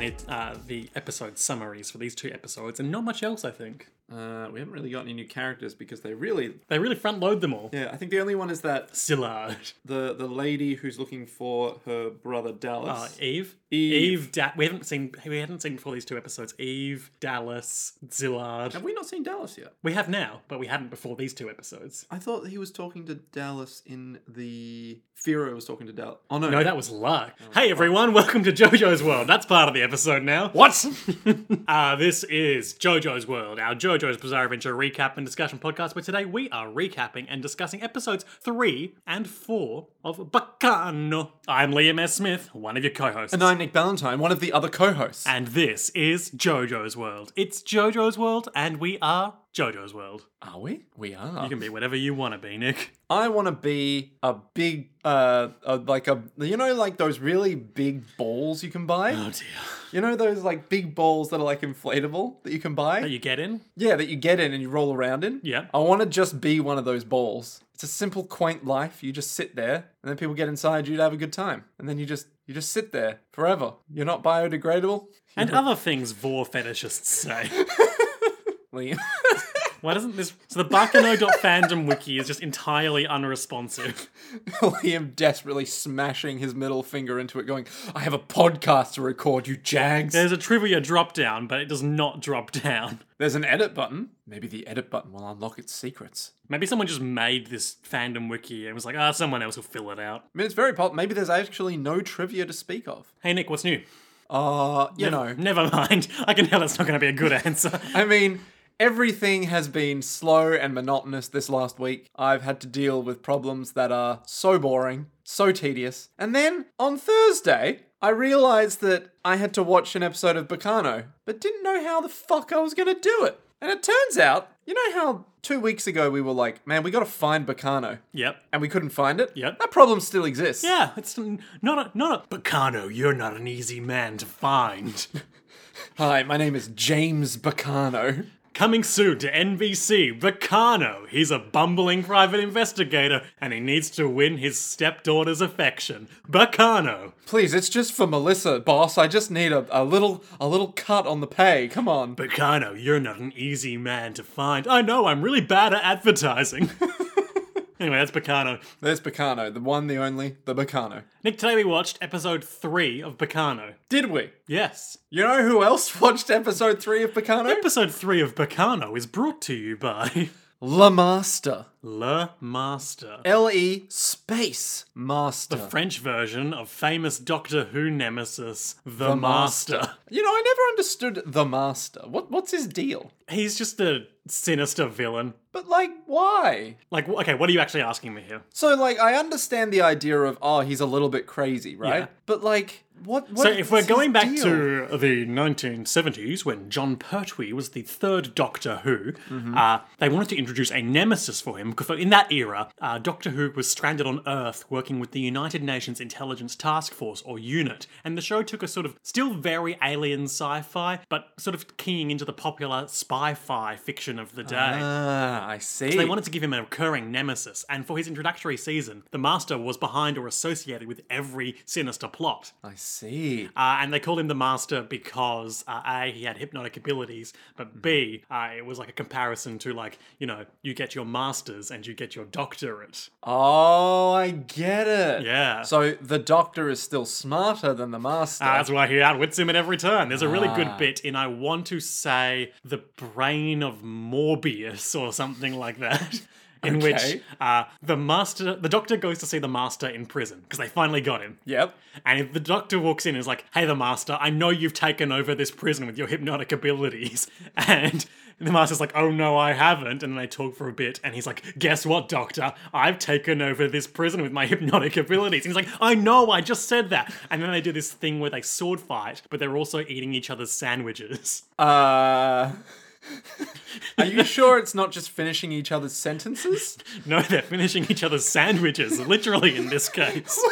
did uh, the episode summaries for these two episodes, and not much else, I think. Uh, we haven't really got any new characters because they really. They really front load them all. Yeah, I think the only one is that Sillard, the the lady who's looking for her brother uh, Dallas. Eve, Eve. Da- we haven't seen we hadn't seen before these two episodes. Eve, Dallas, Zillard. Have we not seen Dallas yet? We have now, but we hadn't before these two episodes. I thought he was talking to Dallas in the Firo was talking to Dallas. Oh no, No, that was luck. hey, everyone, welcome to JoJo's World. That's part of the episode now. What? uh, this is JoJo's World, our JoJo's Bizarre Adventure recap and discussion podcast, where today we are recapping and discussing episodes three and four of Bacano. I'm Liam S. Smith, one of your co hosts. and I'm Nick Ballantyne, one of the other co-hosts. And this is JoJo's World. It's JoJo's World, and we are JoJo's World. Are we? We are. You can be whatever you want to be, Nick. I want to be a big, uh, a, like a, you know, like those really big balls you can buy. Oh, dear. You know those like big balls that are like inflatable that you can buy. You get in? yeah, that you get in and you roll around in. Yeah. I want to just be one of those balls. It's a simple, quaint life. You just sit there, and then people get inside you to have a good time, and then you just you just sit there forever. You're not biodegradable. And other things vor fetishists say. Liam. Why doesn't this? So the Bacano.fandom wiki is just entirely unresponsive. Liam desperately smashing his middle finger into it, going, "I have a podcast to record, you jags." There's a trivia drop down, but it does not drop down. There's an edit button. Maybe the edit button will unlock its secrets. Maybe someone just made this fandom wiki and was like, ah, someone else will fill it out. I mean, it's very pop. Maybe there's actually no trivia to speak of. Hey, Nick, what's new? Uh, you know, Never mind. I can tell that's not going to be a good answer. I mean, everything has been slow and monotonous this last week. I've had to deal with problems that are so boring, so tedious. And then on Thursday, I realized that I had to watch an episode of Bacano, but didn't know how the fuck I was gonna do it. And it turns out, you know how two weeks ago we were like, man, we gotta find Bacano. Yep. and we couldn't find it. Yep. That problem still exists. Yeah, it's n- not a not a Bacano. You're not an easy man to find. Hi, my name is James Bacano. Coming soon to NBC, Bacano. He's a bumbling private investigator, and he needs to win his stepdaughter's affection. Bacano. Please, it's just for Melissa, boss. I just need a, a little a little cut on the pay. Come on. Bacano, you're not an easy man to find. I know, I'm really bad at advertising. anyway, that's Bacano. There's Bacano, the one, the only, the Bacano. Nick, today we watched episode three of Bacano. Did we? Yes. You know who else watched episode three of Bacano? Episode three of Bacano is brought to you by La Master. Le Master. L E space master. French version of famous Doctor Who nemesis, The, Master. you know, I never understood the master. What what's his deal? He's just a sinister villain. But like, why? Like, wh- okay, what are you actually asking me here? So like I understand the idea of oh he's a little bit crazy, right? Yeah. But like what, what So, if we're what's his going back deal? to the 1970s, when John Pertwee was the third Doctor Who, Mm-hmm. uh, they wanted to introduce a nemesis for him. Because in that era, uh, Doctor Who was stranded on Earth working with the United Nations Intelligence Task Force, or UNIT. And the show took a sort of still very alien sci fi, but sort of keying into the popular spy fi fiction of the day. Ah, I see. They wanted to give him a recurring nemesis, and for his introductory season, the Master was behind or associated with every sinister plot. I see. Uh, and they called him the Master because uh, A, he had hypnotic abilities, but B, uh, it was like a comparison to, like, you know, you get your Masters and you get your Doctorate. Oh, I get it. Yeah. Ah, So the doctor is still smarter than the master. That's why he outwits him at every turn. There's a really good bit in, I want to say, the brain of Morbius or something like that. In which Okay. uh, the master, the doctor goes to see the master in prison because they finally got him. yep. And if the doctor walks in and is like, hey, the master, I know you've taken over this prison with your hypnotic abilities. And the master's like, oh no, I haven't. And then they talk for a bit. And he's like, guess what, doctor? I've taken over this prison with my hypnotic abilities. And he's like, I know, I just said that. And then they do this thing where they sword fight, but they're also eating each other's sandwiches. Uh Are you sure it's not just finishing each other's sentences? No, they're finishing each other's sandwiches, literally in this case.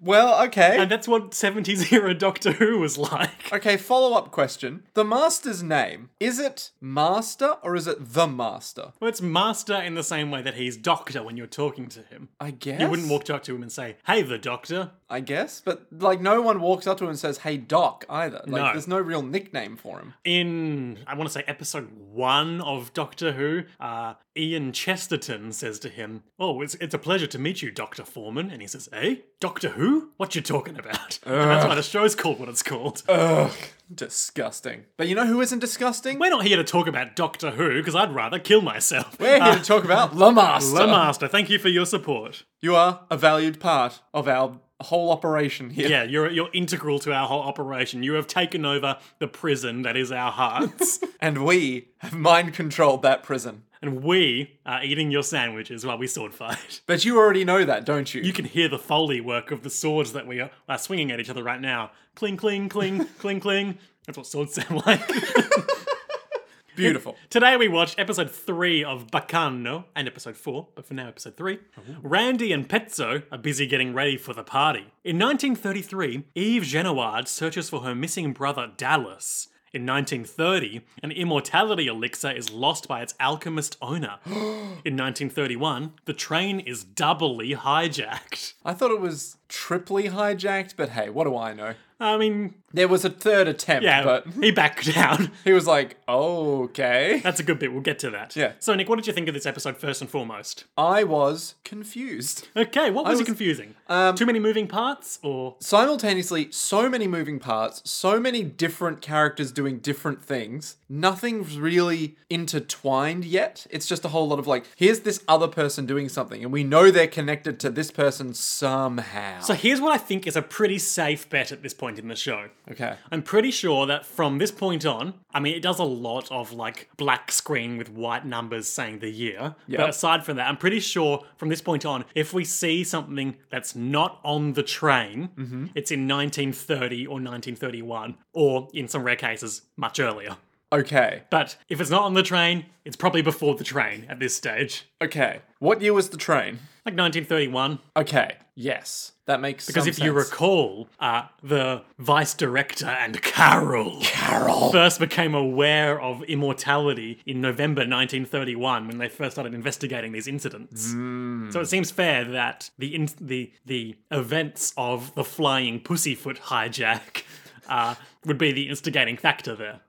Well, okay. And that's what 70s era Doctor Who was like. Okay, follow up question. The master's name, is it master or is it the master? Well, it's master in the same way that he's doctor when you're talking to him. I guess. You wouldn't walk up to him and say, "Hey, the doctor." I guess. But like, no one walks up to him and says, "Hey, Doc," either. Like, No. there's no real nickname for him. in I want to say episode one of Doctor Who, uh, Ian Chesterton says to him, "Oh, it's it's a pleasure to meet you, Doctor Foreman," and he says, "Eh, Doctor Who? What you talking about?" And that's why the show's called what it's called. Ugh, disgusting. But you know who isn't disgusting? We're not here to talk about Doctor Who because I'd rather kill myself. We're here to talk about La Master. Le Master, thank you for your support. You are a valued part of our whole operation here. Yeah, you're you're integral to our whole operation. You have taken over the prison that is our hearts, And we have mind controlled that prison. and we are eating your sandwiches while we sword fight. But you already know that, don't you? You can hear the foley work of the swords that we are, are swinging at each other right now. Cling, cling, cling, cling, cling. That's what swords sound like. Beautiful. Today we watched episode three of Bacano and episode four, but for now episode three. Randy and Pezzo are busy getting ready for the party. In 1933, Eve Genoard searches for her missing brother Dallas. In 1930, an immortality elixir is lost by its alchemist owner. In 1931, the train is doubly hijacked. I thought it was triply hijacked, but hey, what do I know? I mean, There was a third attempt, Yeah, but he backed down. he was like, okay. That's a good bit. We'll get to that. Yeah. So, Nick, what did you think of this episode first and foremost? I was confused. Okay, what was, it was- um, confusing? Too many moving parts, or Simultaneously, so many moving parts, so many different characters doing different things. Nothing's really intertwined yet. It's just a whole lot of like, here's this other person doing something, and we know they're connected to this person somehow. so? Here's what I think is a pretty safe bet at this point in the show. okay. I'm pretty sure that from this point on, I mean, it does a lot of like black screen with white numbers saying the year. But Yep. aside from that, I'm pretty sure from this point on, if we see something that's not on the train, Mm-hmm. it's in 1930 or 1931, or in some rare cases, much earlier. Okay. But if it's not on the train, it's probably before the train at this stage. Okay. What year was the train? Like 1931. Okay. Yes. That makes Because some if you sense. recall, uh, the vice director and Carol, first became aware of immortality in November 1931 when they first started investigating these incidents. Hmm. So it seems fair that the in- the the events of the flying pussyfoot hijack uh, would be the instigating factor there.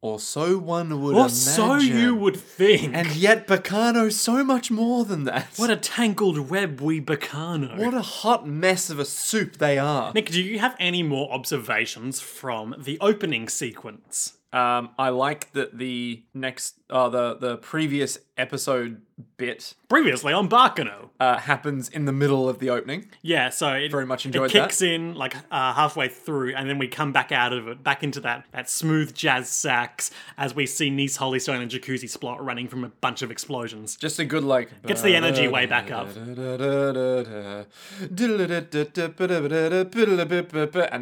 or so one would Or imagine. so you would think. And yet, Bacano so much more than that. What a tangled web we Bacano. What a hot mess of a soup they are. Nick, do you have any more observations from the opening sequence? Um, I like that the next, uh, the the previous episode bit Previously on Barkano. uh, happens in the middle of the opening. Yeah, so it Very much it enjoyed that. kicks in like uh, halfway through, and then we come back out of it, back into that that smooth jazz sax as we see Nice Holystone and Jacuzzi Splot running from a bunch of explosions. Just a good like. Gets the energy way back up. And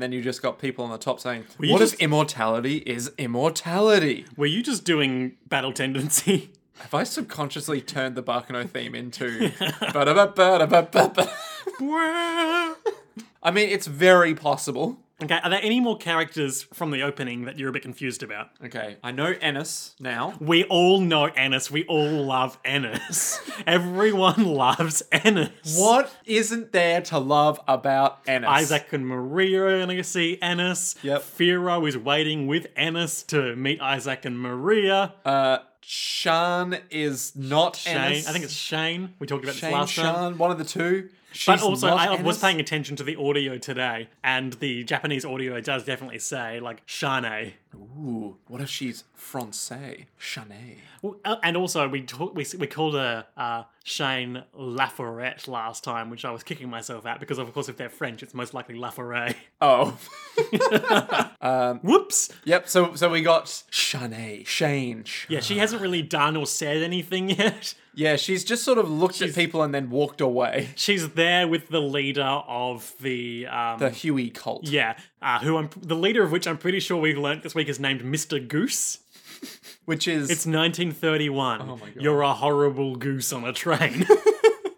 then you just got people on the top saying, you "What if just- immortality is immortality?" Were you just doing Battle Tendency? Have I subconsciously turned the Barkano theme into? Ba-da-ba-ba-da-ba-ba-ba. okay, I mean, it's very possible. are there any more characters from the opening that you're a bit confused about? Okay, I know Ennis now. We all know Ennis. We all love Ennis. Everyone loves Ennis. What isn't there to love about Ennis? Isaac and Maria are going to see Ennis. Yep. Firo is waiting with Ennis to meet Isaac and Maria. Uh, Shan is not Shane, Ennis. I think it's Shane. We talked about Shane, this last time. Shan, one of the two. But She's also, not I was Ennis. paying attention to the audio today, and the Japanese audio does definitely say, like, Shane. Ooh, what if she's Francais? Shanae. Well, uh, And also, we talk, we we called her uh, Shane Laforette last time, which I was kicking myself at because, of course, if they're French, it's most likely Laforet. Oh. Whoops. yep, so so we got Shanae. Shane. Shan- Yeah, she hasn't really done or said anything yet. Yeah, she's just sort of looked at people and then walked away. She's there with the leader of the um, The Huey cult. yeah, uh, who I'm the leader of which I'm pretty sure we learnt this week is named Mr. Goose. Which is It's 1931. Oh my God. You're a horrible goose on a train.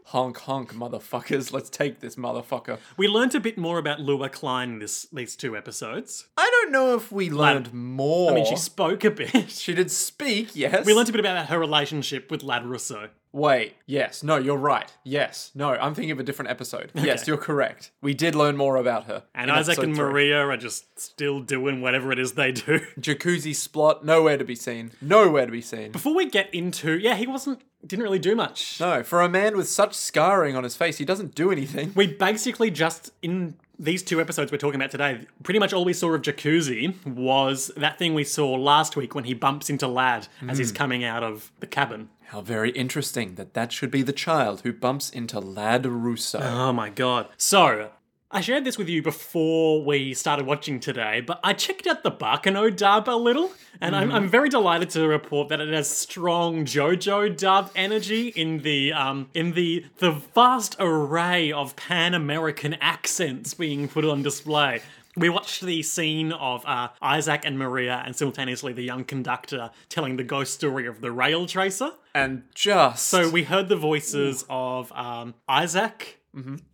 honk honk, motherfuckers. Let's take this motherfucker. we learnt a bit more about Lua Klein this these two episodes. I don't know if we learned more. I mean, she spoke a bit. She did speak, yes. We learnt a bit about her relationship with Lad Russo. Wait, yes, no, you're right. Yes, no, I'm thinking of a different episode. Yes, you're correct. We did learn more about her. And in Isaac episode and three. Maria are just still doing whatever it is they do. Jacuzzi splot, nowhere to be seen. Nowhere to be seen. Before we get into, yeah, he wasn't didn't really do much. No, for a man with such scarring on his face, he doesn't do anything. We basically just in these two episodes we're talking about today, pretty much all we saw of Jacuzzi was that thing we saw last week when he bumps into Lad as he's coming out of the cabin. How very interesting that that should be the child who bumps into Lad Russo. Oh my god. So, I shared this with you before we started watching today, but I checked out the Barkano dub a little, and I'm, I'm very delighted to report that it has strong JoJo dub energy in the um in the the vast array of Pan American accents being put on display. We watched the scene of uh, Isaac and Maria, and simultaneously the young conductor telling the ghost story of the rail tracer. and just So we heard the voices of um, Isaac,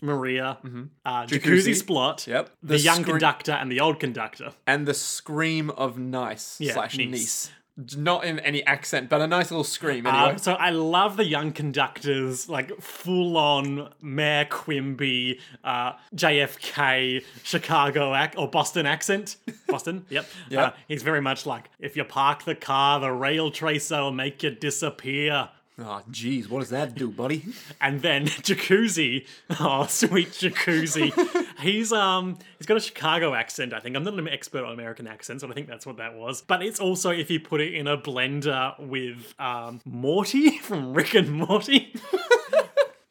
Maria, uh, Jacuzzi Mm-hmm. Jacuzzi. Splot, Yep. the, The young scre- conductor, and the old conductor. and the scream of nice slash niece. niece. D- Not in any accent, but a nice little scream Um, anyway. so I love the young conductors, like full on Mayor Quimby, uh, JFK, Chicago ac- or Boston accent. Boston, yep. Yep. Uh, he's very much like if you park the car, the rail tracer will make you disappear. oh, jeez, what does that do, buddy? and then jacuzzi oh sweet jacuzzi he's um he's got a chicago accent i think i'm not an expert on american accents but i think that's what that was but it's also if you put it in a blender with um morty from rick and morty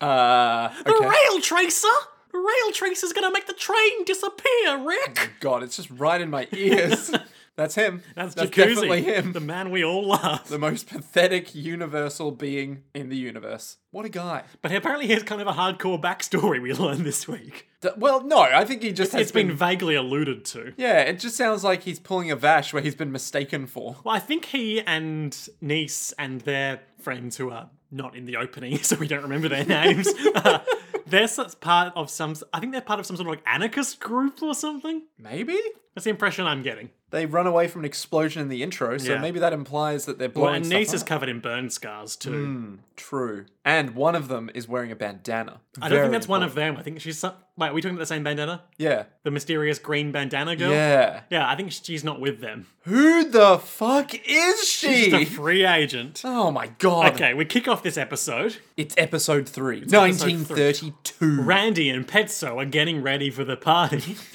Uh, okay. rail tracer The rail tracer's gonna make the train disappear rick God, it's just right in my ears. That's him. that's, jacuzzi definitely him. the man we all love the most pathetic universal being in the universe. What a guy. but apparently he has kind of a hardcore backstory we learned this week D- well, no, I think he just has it's been vaguely alluded to Yeah, it just sounds like he's pulling a Vash where he's been mistaken for. Well, I think he and niece and their friends who are not in the opening, so we don't remember their names. uh, they're s- part of some. I think they're part of some sort of like anarchist group or something. Maybe? That's the impression I'm getting. They run away from an explosion in the intro, so Yeah. maybe that implies that they're Well, blowing and stuff niece is up. Hmm, covered in burn scars too. True. And one of them is wearing a bandana. I don't think that's one of them. I think she's. Some, wait, are we talking about the same bandana? Yeah. The mysterious green bandana girl. Yeah. Yeah, I think she's not with them. Who the fuck is She's she? a free agent. oh my god. Okay, we kick off this episode. It's episode 3. episode 1932. Randy and Petso are getting ready for the party.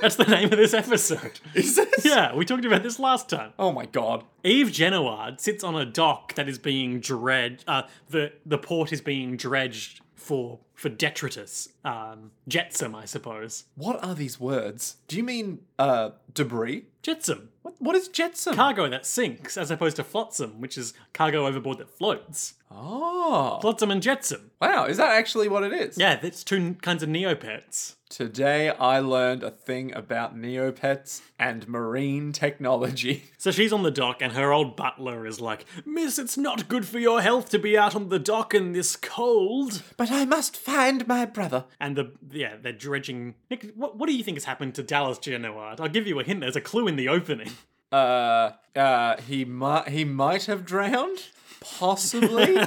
That's the name of this episode. is this? Yeah, we talked about this last time. Oh my god. Eve Genoard sits on a dock that is being dredged. Uh, the the port is being dredged for for detritus, um, jetsam, I suppose. What are these words? Do you mean uh debris? Jetsam, What what is jetsam? cargo that sinks, as opposed to flotsam, which is cargo overboard that floats. oh. Flotsam and jetsam. Wow, is that actually what it is? Yeah, that's two n- kinds of neopets. Today I learned a thing about Neopets and marine technology. So she's on the dock, and her old butler is like, "Miss, it's not good for your health to be out on the dock in this cold." But I must find my brother. and the yeah they're dredging. Nick, what what do you think has happened to Dallas Genoard? I'll give you a hint. There's a clue in the opening. Uh, uh, he might he might have drowned, possibly.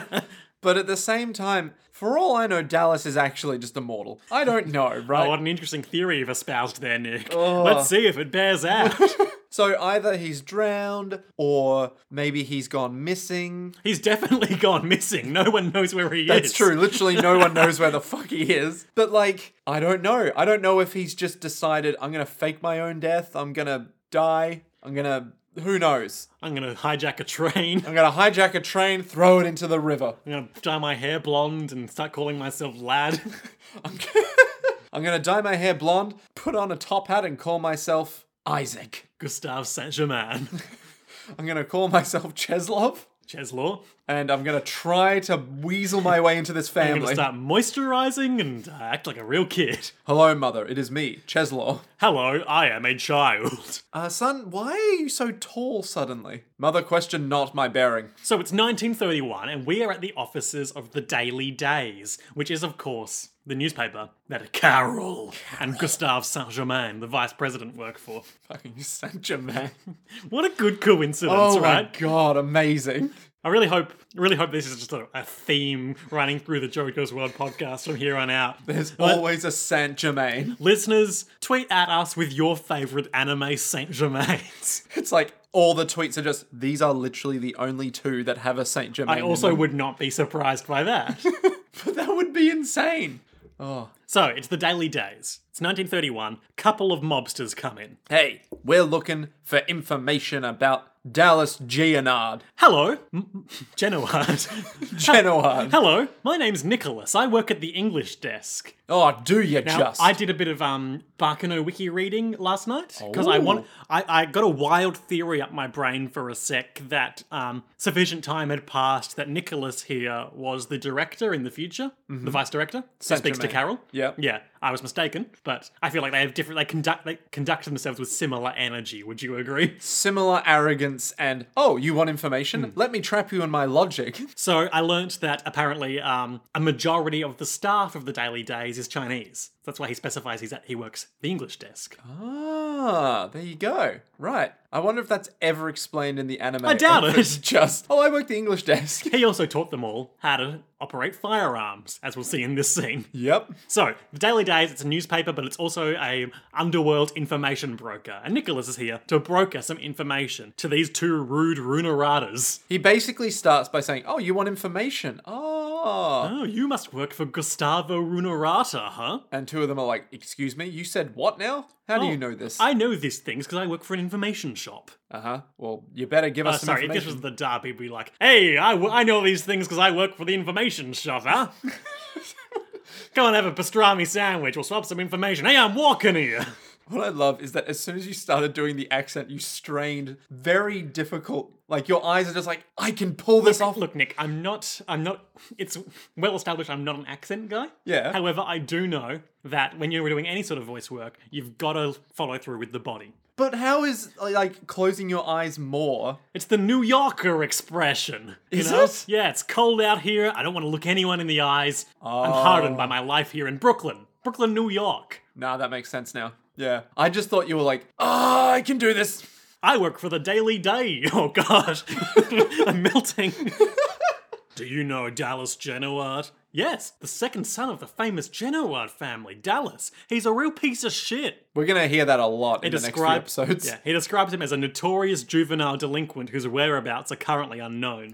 but at the same time, for all I know, Dallas is actually just immortal. I don't know, Oh, what right? an interesting theory you've espoused there, Nick. Oh. Let's see if it bears out. So either he's drowned, or maybe he's gone missing. He's definitely gone missing. No one knows where he is. It's true. Literally, no one knows where the fuck he is. But like, I don't know. I don't know if he's just decided I'm gonna fake my own death. I'm gonna die. I'm gonna. Who knows? I'm gonna hijack a train. I'm gonna hijack a train, throw it into the river. I'm gonna dye my hair blonde and start calling myself lad. I'm, I'm gonna dye my hair blonde, put on a top hat, and call myself Isaac. Gustave Saint Germain. I'm gonna call myself Cheslov, Cheslaw. and I'm gonna try to weasel my way into this I'm gonna family. start moisturising and uh, act like a real kid. Hello, mother. It is me, Cheslov. Hello, I am a child. Uh, son, why are you so tall suddenly? Mother, question not my bearing. So it's 1931, and we are at the offices of the Daily Days, which is, of course, the newspaper that Carol, and Gustave Saint Germain, the vice president, work for. Fucking Saint Germain. What a good coincidence, Oh right? my god, amazing. I really hope, really hope this is just a, a theme running through the Joker's World podcast from here on out. There's But always a Saint Germain. listeners, tweet at us with your favorite anime Saint Germains. It's like all the tweets are just these are literally the only two that have a Saint Germain. I in also them." would not be surprised by that. But that would be insane. Oh, so it's the Daily Days. It's 1931. Couple of mobsters come in. hey, we're looking for information about Dallas Gianard. Hello, M- Genoard. Genoard. Hello, my name's Nicholas. I work at the English desk. Oh, do you Now, just? I did a bit of um Barkano wiki reading last night because I Oh. want I, I got a wild theory up my brain for a sec that um sufficient time had passed that Nicholas here was the director in the future, the vice director, who speaks to Germain. Carol. Mm-hmm. Yep. yeah, I was mistaken, but I feel like they have different. They conduct they conduct themselves with similar energy. Would you agree? Similar arrogance and oh, you want Hmm. information? Let me trap you in my logic. So I learnt that apparently um, a majority of the staff of the Daily Days is Chinese. That's why he specifies he's at, he works the English desk. Oh. Ah, there you go. Right. I wonder if that's ever explained in the anime. I doubt it. It's just oh, I work the English desk. He also taught them all how to operate firearms, as we'll see in this scene. yep. So, the Daily Days, it's a newspaper, but it's also a underworld information broker. And Nicholas is here to broker some information to these two rude runeradas. He basically starts by saying, "Oh, you want information? Oh." Oh, you must work for Gustavo Runerata, huh? And two of them are like, "Excuse me, you said what now? How do you know this?" Oh, I know these things because I work for an information shop. Uh huh. Well, you better give Uh, us some sorry, if this information. was the Derby, be like, hey, I, w- I know these things because I work for the information shop, huh? Go and have a pastrami sandwich. We'll swap some information. Hey, I'm walking here. What I love is that as soon as you started doing the accent, you strained very difficult. Like your eyes are just like, "I can pull this off." Look, Nick, I'm not. I'm not. It's well established. I'm not an accent guy. Yeah. However, I do know that when you're doing any sort of voice work, you've got to follow through with the body. But how is like closing your eyes more? It's the New Yorker expression. You Is know? it? Yeah, it's cold out here. I don't want to look anyone in the eyes. I'm Oh. hardened by my life here in Brooklyn, Brooklyn, New York. Nah, that makes sense now. Yeah. I just thought you were like, ah, I can do this. I work for the Daily Day. Oh gosh, I'm melting. Do you know Dallas Genoard? Yes, the second son of the famous Genoard family, Dallas. He's a real piece of shit. We're gonna hear that a lot in the Describe- next few episodes. Yeah, he describes him as a notorious juvenile delinquent whose whereabouts are currently unknown.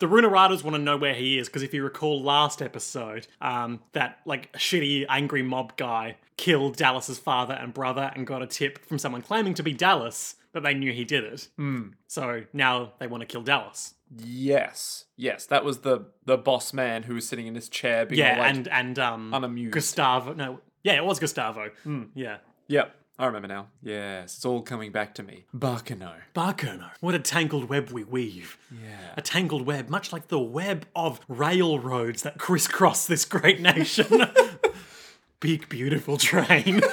The Runeradas want to know where he is because if you recall last episode, um, that like shitty angry mob guy killed Dallas's father and brother and got a tip from someone claiming to be Dallas that they knew he did it. Hmm. So now they want to kill Dallas. Yes. Yes. That was the the boss man who was sitting in his chair being Yeah, all like, and and um, unamused. Hmm. Gustavo. No, yeah, it was Gustavo. Yeah. Yep. I remember now. Yes, it's all coming back to me. Barkano. Barkerner, what a tangled web we weave. Yeah. A tangled web, much like the web of railroads that crisscross this great nation. Big, beautiful train.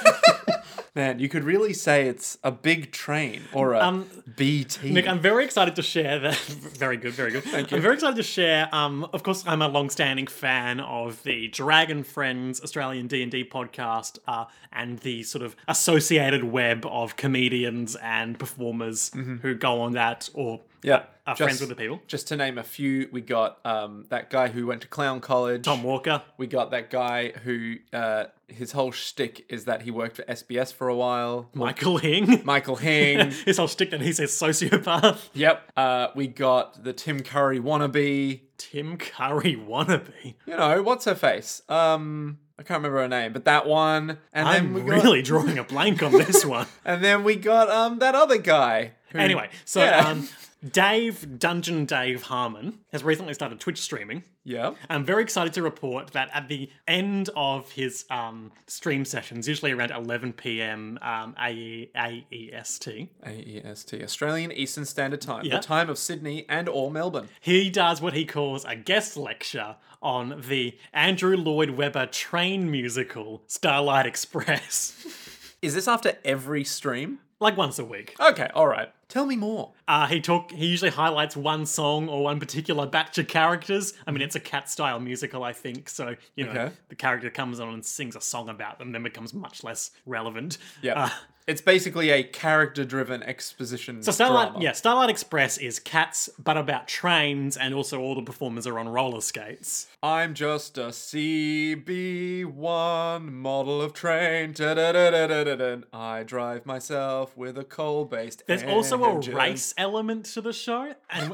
Man, you could really say it's a big train or a BT. Um, Nick, I'm very excited to share that. very good, very good. Thank you. I'm very excited to share. Um, of course, I'm a long-standing fan of the Dragon Friends Australian D and D podcast, uh, and the sort of associated web of comedians and performers who go on that or yeah. are friends with the people. Mm-hmm. Just to name a few, we got um, that guy who went to clown college. Tom Walker, We got that guy who uh, his whole shtick is that he worked for SBS for a while. Michael Hing. Michael Hing. His whole stick that he says sociopath. yep. Uh, we got the Tim Curry wannabe. Tim Curry wannabe. You know what's her face? Um, I can't remember her name, but that one. And I'm then we got, really drawing a blank on this one. And then we got um that other guy. who- Anyway, so Yeah. um, Dave Dungeon Dave Harmon has recently started Twitch streaming. Yep. I'm very excited to report that at the end of his um, stream sessions, usually around 11 p.m. Um, E AE, AEST, AEST, E Australian Eastern Standard Time, Yeah. the time of Sydney and or Melbourne. he does what he calls a guest lecture on the Andrew Lloyd Webber train musical, Starlight Express, Is this after every stream? like once a week. Okay, all right. Tell me more. Uh, he talk. He usually highlights one song or one particular batch of characters. I mean, it's a cat style musical, I think. So you know, Okay. the character comes on and sings a song about them, then becomes much less relevant. Yep. Uh, It's basically a character-driven exposition. So Starlight, drama. yeah, Starlight Express is cats, but about trains, and also all the performers are on roller skates. I'm just a CB1 model of train. Da-da-da-da-da-da-da. I drive myself with a coal-based. There's also a engine. race element to the show. And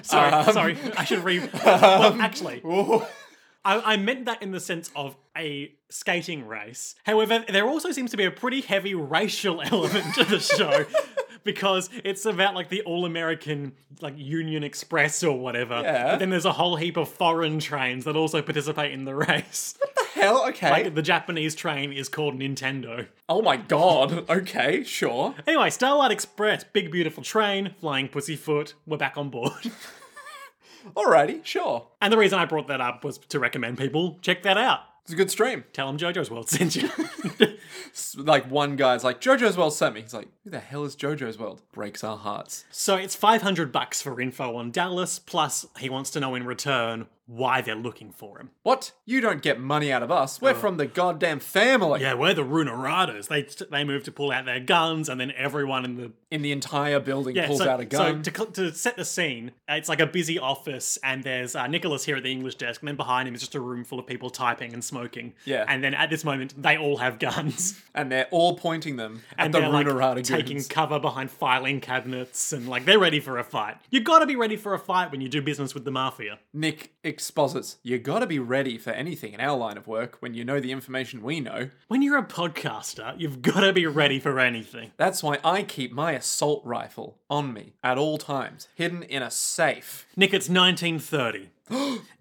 sorry, sorry, I should re. well, actually, Ooh. I, I meant that in the sense of a skating race. However, there also seems to be a pretty heavy racial element to the show because it's about like the all-American like Union Express or whatever. Yeah. But then there's a whole heap of foreign trains that also participate in the race. Hell, okay. like the Japanese train is called Nintendo. oh my god. Okay, sure. Anyway, Starlight Express, big beautiful train, flying pussyfoot. We're back on board. Alrighty, sure. and the reason I brought that up was to recommend people check that out. It's a good stream. Tell them JoJo's World sent you. It's like one guy's like, JoJo's World sent me. He's like, who the hell is JoJo's World? Breaks our hearts. So it's 500 bucks for info on Dallas, plus he wants to know in return why they're looking for him. What? You don't get money out of us. We're from the goddamn family Oh. Yeah, we're the Runaradas. They they move to pull out their guns, and then everyone in the in the entire building yeah, pulls so, out a gun. So to, cl- to set the scene, it's like a busy office, and there's uh, Nicholas here at the English desk, and then behind him is just a room full of people typing and smoking. Yeah. And then at this moment, they all have guns, and they're all pointing them at and the they're like Runarada taking goons. cover behind filing cabinets, and like they're ready for a fight. You got to be ready for a fight when you do business with the mafia. Nick exposits, you gotta be ready for anything in our line of work when you know the information we know. When you're a podcaster, you've got to be ready for anything. That's why I keep my assault rifle on me at all times, hidden in a safe. Nick, it's 1930.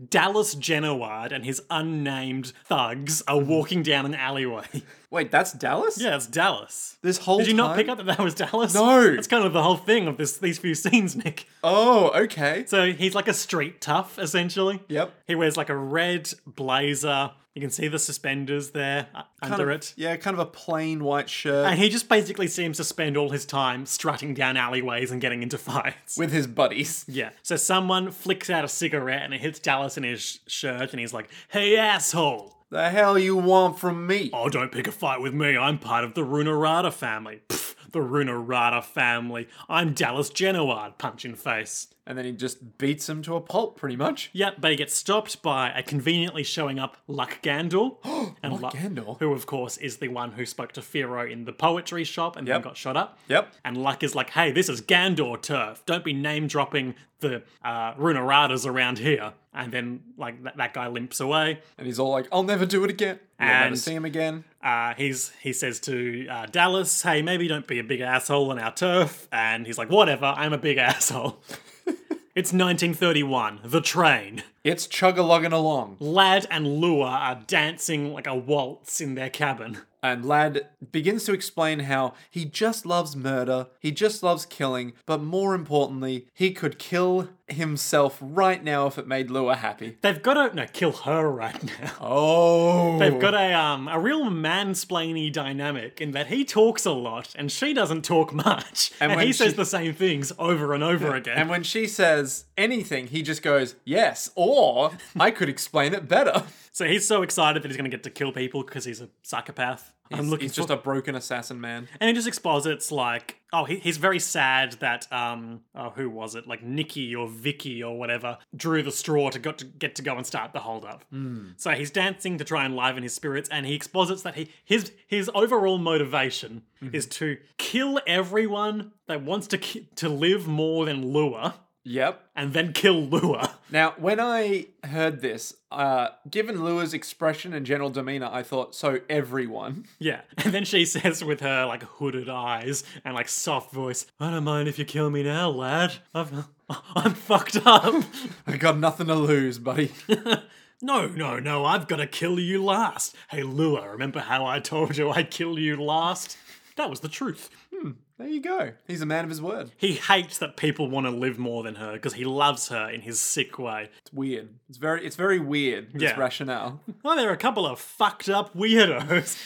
Dallas Genoward and his unnamed thugs are walking down an alleyway. Wait, that's Dallas? Yeah, it's Dallas. This whole Did you not time? pick up that that was Dallas? No. That's kind of the whole thing of this these few scenes, Nick. Oh, okay. So he's like a street tough, essentially. Yep. He wears like a red blazer. You can see the suspenders there uh, under it. Yeah, kind of a plain white shirt And he just basically seems to spend all his time strutting down alleyways and getting into fights. with his buddies. Yeah. So someone flicks out a cigarette and it hits Dallas in his sh- shirt, and he's like, "Hey, asshole! The hell you want from me? Oh, don't pick a fight with me. I'm part of the Runarada family. Pff, the Runarada family. I'm Dallas Genoward. Punch in face. And then he just beats him to a pulp, pretty much. Yep. But he gets stopped by a conveniently showing up Luck Gandil, and Luck, Gandil? who of course is the one who spoke to Firo in the poetry shop and then Yep. got shot up. Yep. And Luck is like, hey, this is Gandor turf. Don't be name dropping the uh, Runaradas around here. And then, like, that, that guy limps away. And he's all like, I'll never do it again. You'll never And- see him again. Uh, he's He says to uh, Dallas, hey, maybe don't be a big asshole on our turf. And he's like, whatever, I'm a big asshole. it's 1931, the train. It's chug-a-lugging along. Lad and Lua are dancing like a waltz in their cabin. And Lad begins to explain how he just loves murder, he just loves killing, but more importantly, he could kill himself right now if it made Lua happy. They've got to, no, kill her right now. Oh. They've got a um a real mansplainy dynamic in that he talks a lot and she doesn't talk much, and, when he says she- the same things over and over again. and when she says anything, he just goes, yes, or I could explain it better. so he's so excited that he's going to get to kill people because he's a psychopath. I'm looking He's just for- a broken assassin man. and he just exposits like oh he, he's very sad that um oh who was it like Nikki or Vicky or whatever drew the straw to got to get to go and start the hold up. So he's dancing to try and liven his spirits, and he exposits that he his his overall motivation is to kill everyone that wants to ki- to live more than Lua, Yep. and then kill Lua. Now, when I heard this, uh, given Lua's expression and general demeanor, I thought, so everyone. Yeah, and then she says with her like hooded eyes and like soft voice, "I don't mind if you kill me now, lad. I've, I'm fucked up." I got nothing to lose, buddy. No, no, no, I've got to kill you last. Hey, Lua, remember how I told you I'd kill you last? That was the truth. there you go. He's a man of his word. He hates that people want to live more than her because he loves her in his sick way. It's weird. It's very it's very weird, this Yeah. rationale. Oh, they're a couple of fucked up weirdos.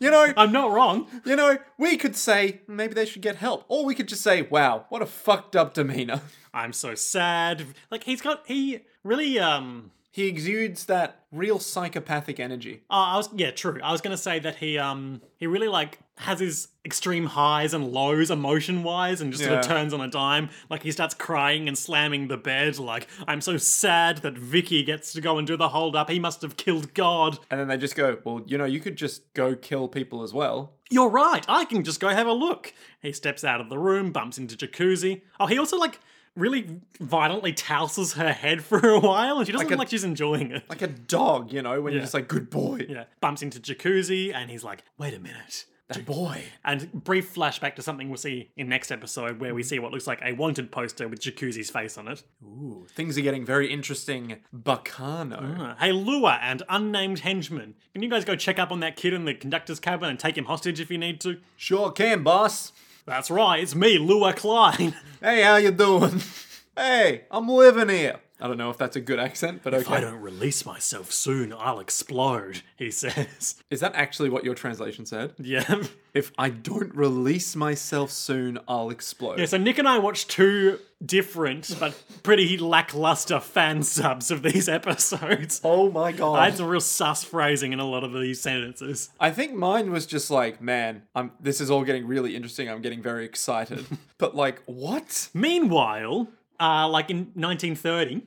You know, I'm not wrong. you know, we could say maybe they should get help, or we could just say, "Wow, what a fucked up demeanor." I'm so sad. Like he's got he really um He exudes that real psychopathic energy. uh, I was yeah, true. I was going to say that he um he really like has his extreme highs and lows emotion wise and just sort of Yeah. turns on a dime. Like he starts crying and slamming the bed like I'm so sad that Vicky gets to go and do the hold up. He must have killed God. And then they just go, "Well, you know, you could just go kill people as well." You're right. I can just go have a look. He steps out of the room, bumps into jacuzzi. Oh, he also like really violently tousles her head for a while and she doesn't look a- like she's enjoying it. Like a dog, you know, when you're just like, "Good boy." Yeah, bumps into Jacuzzi and he's like, wait a minute. That boy. And brief flashback to something we'll see in next episode where we see what looks like a wanted poster with Jacuzzi's face on it. Ooh, things are getting very interesting. Bacano. Uh, Hey, Lua and unnamed henchman, can you guys go check up on that kid in the conductor's cabin and take him hostage if you need to? Sure can, boss. That's right, it's me, Lua Klein. Hey, how you doing? hey, I'm living here. I don't know if that's a good accent, but if I okay. don't release myself soon, I'll explode, he says. Is that actually what your translation said? Yeah. If I don't release myself soon, I'll explode. Yeah, so Nick and I watched two different but pretty lackluster fan subs of these episodes. Oh my god. I had some real sus phrasing in a lot of these sentences. I think mine was just like, man, I'm this is all getting really interesting. I'm getting very excited. but like, what? Meanwhile, uh, like in 1930,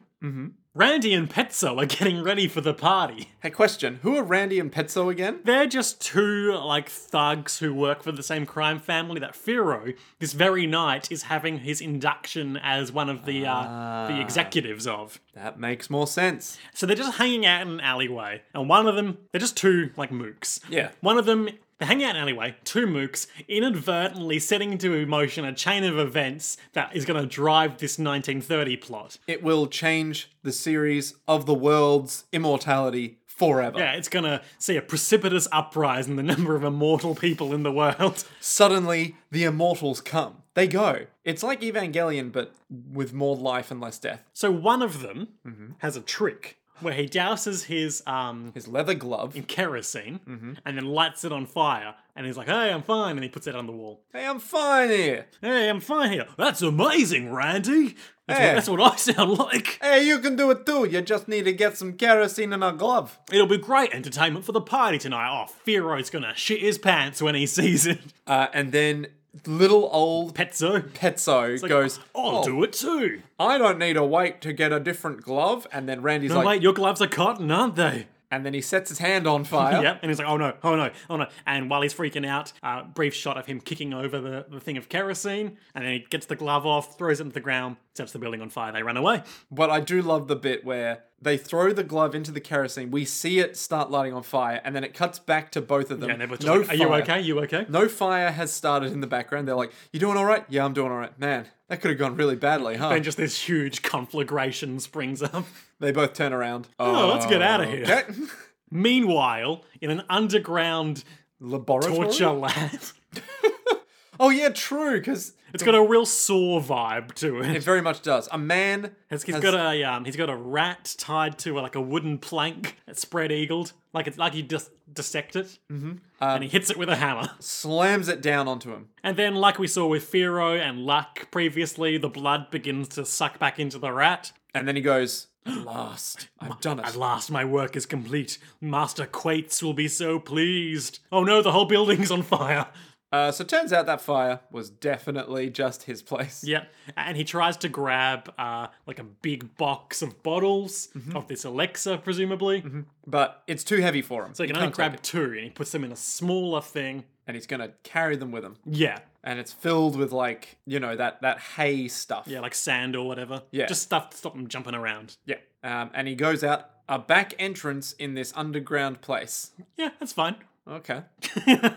Randy and Petzo are getting ready for the party. Hey, question. Who are Randy and Petzo again? They're just two like thugs who work for the same crime family that Firo, this very night, is having his induction as one of the uh, the executives of. That makes more sense. So they're just hanging out in an alleyway, and one of them, they're just two like mooks. Yeah. One of them, they're hanging out in an alleyway, two mooks, inadvertently setting into motion a chain of events that is going to drive this 1930 plot. It will change the series of the world's immortality forever. Yeah, it's going to see a precipitous uprising in the number of immortal people in the world. Suddenly, the immortals come. They go. It's like Evangelion, but with more life and less death. So one of them Mm-hmm. has a trick where he douses his um, His leather glove. kerosene Mm-hmm. and then lights it on fire. And he's like, hey, I'm fine. And he puts it on the wall. Hey, I'm fine here. Hey, I'm fine here. That's amazing, Randy. That's, Hey. what, that's what I sound like. Hey, you can do it too. You just need to get some kerosene in a glove. It'll be great entertainment for the party tonight. Oh, Firo's gonna shit his pants when he sees it. Uh, and then little old Petzo Petzo goes, I'll "Oh, do it too. I don't need to wait to get a different glove." And then Randy's like, Wait, your gloves are cotton, aren't they? and then he sets his hand on fire. Yep. And he's like, oh no, oh no, oh no. And while he's freaking out, uh, brief shot of him kicking over the, the thing of kerosene, and then he gets the glove off, throws it into the ground, sets the building on fire. They run away. But I do love the bit where they throw the glove into the kerosene. We see it start lighting on fire, and then it cuts back to both of them. And they're both just no like, are you fire. okay? You okay? No fire has started in the background. They're like, "You doing all right?" "Yeah, I'm doing all right." Man, that could have gone really badly, huh? And just this huge conflagration springs up. They both turn around. Oh, let's get out of here. Okay. Meanwhile, in an underground Laboratory. torture lab. Oh yeah, true. Because It's got a real saw vibe to it. it very much does. A man It's- he's got a um, he's got a rat tied to uh, like a wooden plank, spread eagled, like it's like he dis- dissect it, mm-hmm. and he hits it with a hammer. slams it down onto him. And then, like we saw with Firo and Luck previously, the blood begins to suck back into the rat. And then he goes, At last, I've done At it. last, my work is complete. Master Quates will be so pleased. Oh no, the whole building's on fire. Uh, so it turns out that fire was definitely just his place. Yep. And he tries to grab uh, like a big box of bottles Mm-hmm. of this elixir, presumably. But it's too heavy for him. So he can only grab two, and he puts them in a smaller thing. And he's going to carry them with him. Yeah, And it's filled with, like, you know, that, that hay stuff. yeah, like sand or whatever. Yeah. just stuff to stop them jumping around. Yeah. Um, and he goes out a back entrance in this underground place. Yeah, that's fine. Okay.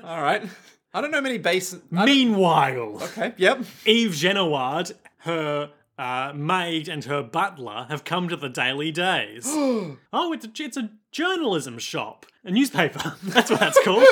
All right. I don't know many bases. Mm. Meanwhile, Okay. Yep. Eve Genoward, her uh, maid, and her butler have come to the Daily Days. oh, it's a, it's a journalism shop, a newspaper. That's what that's called.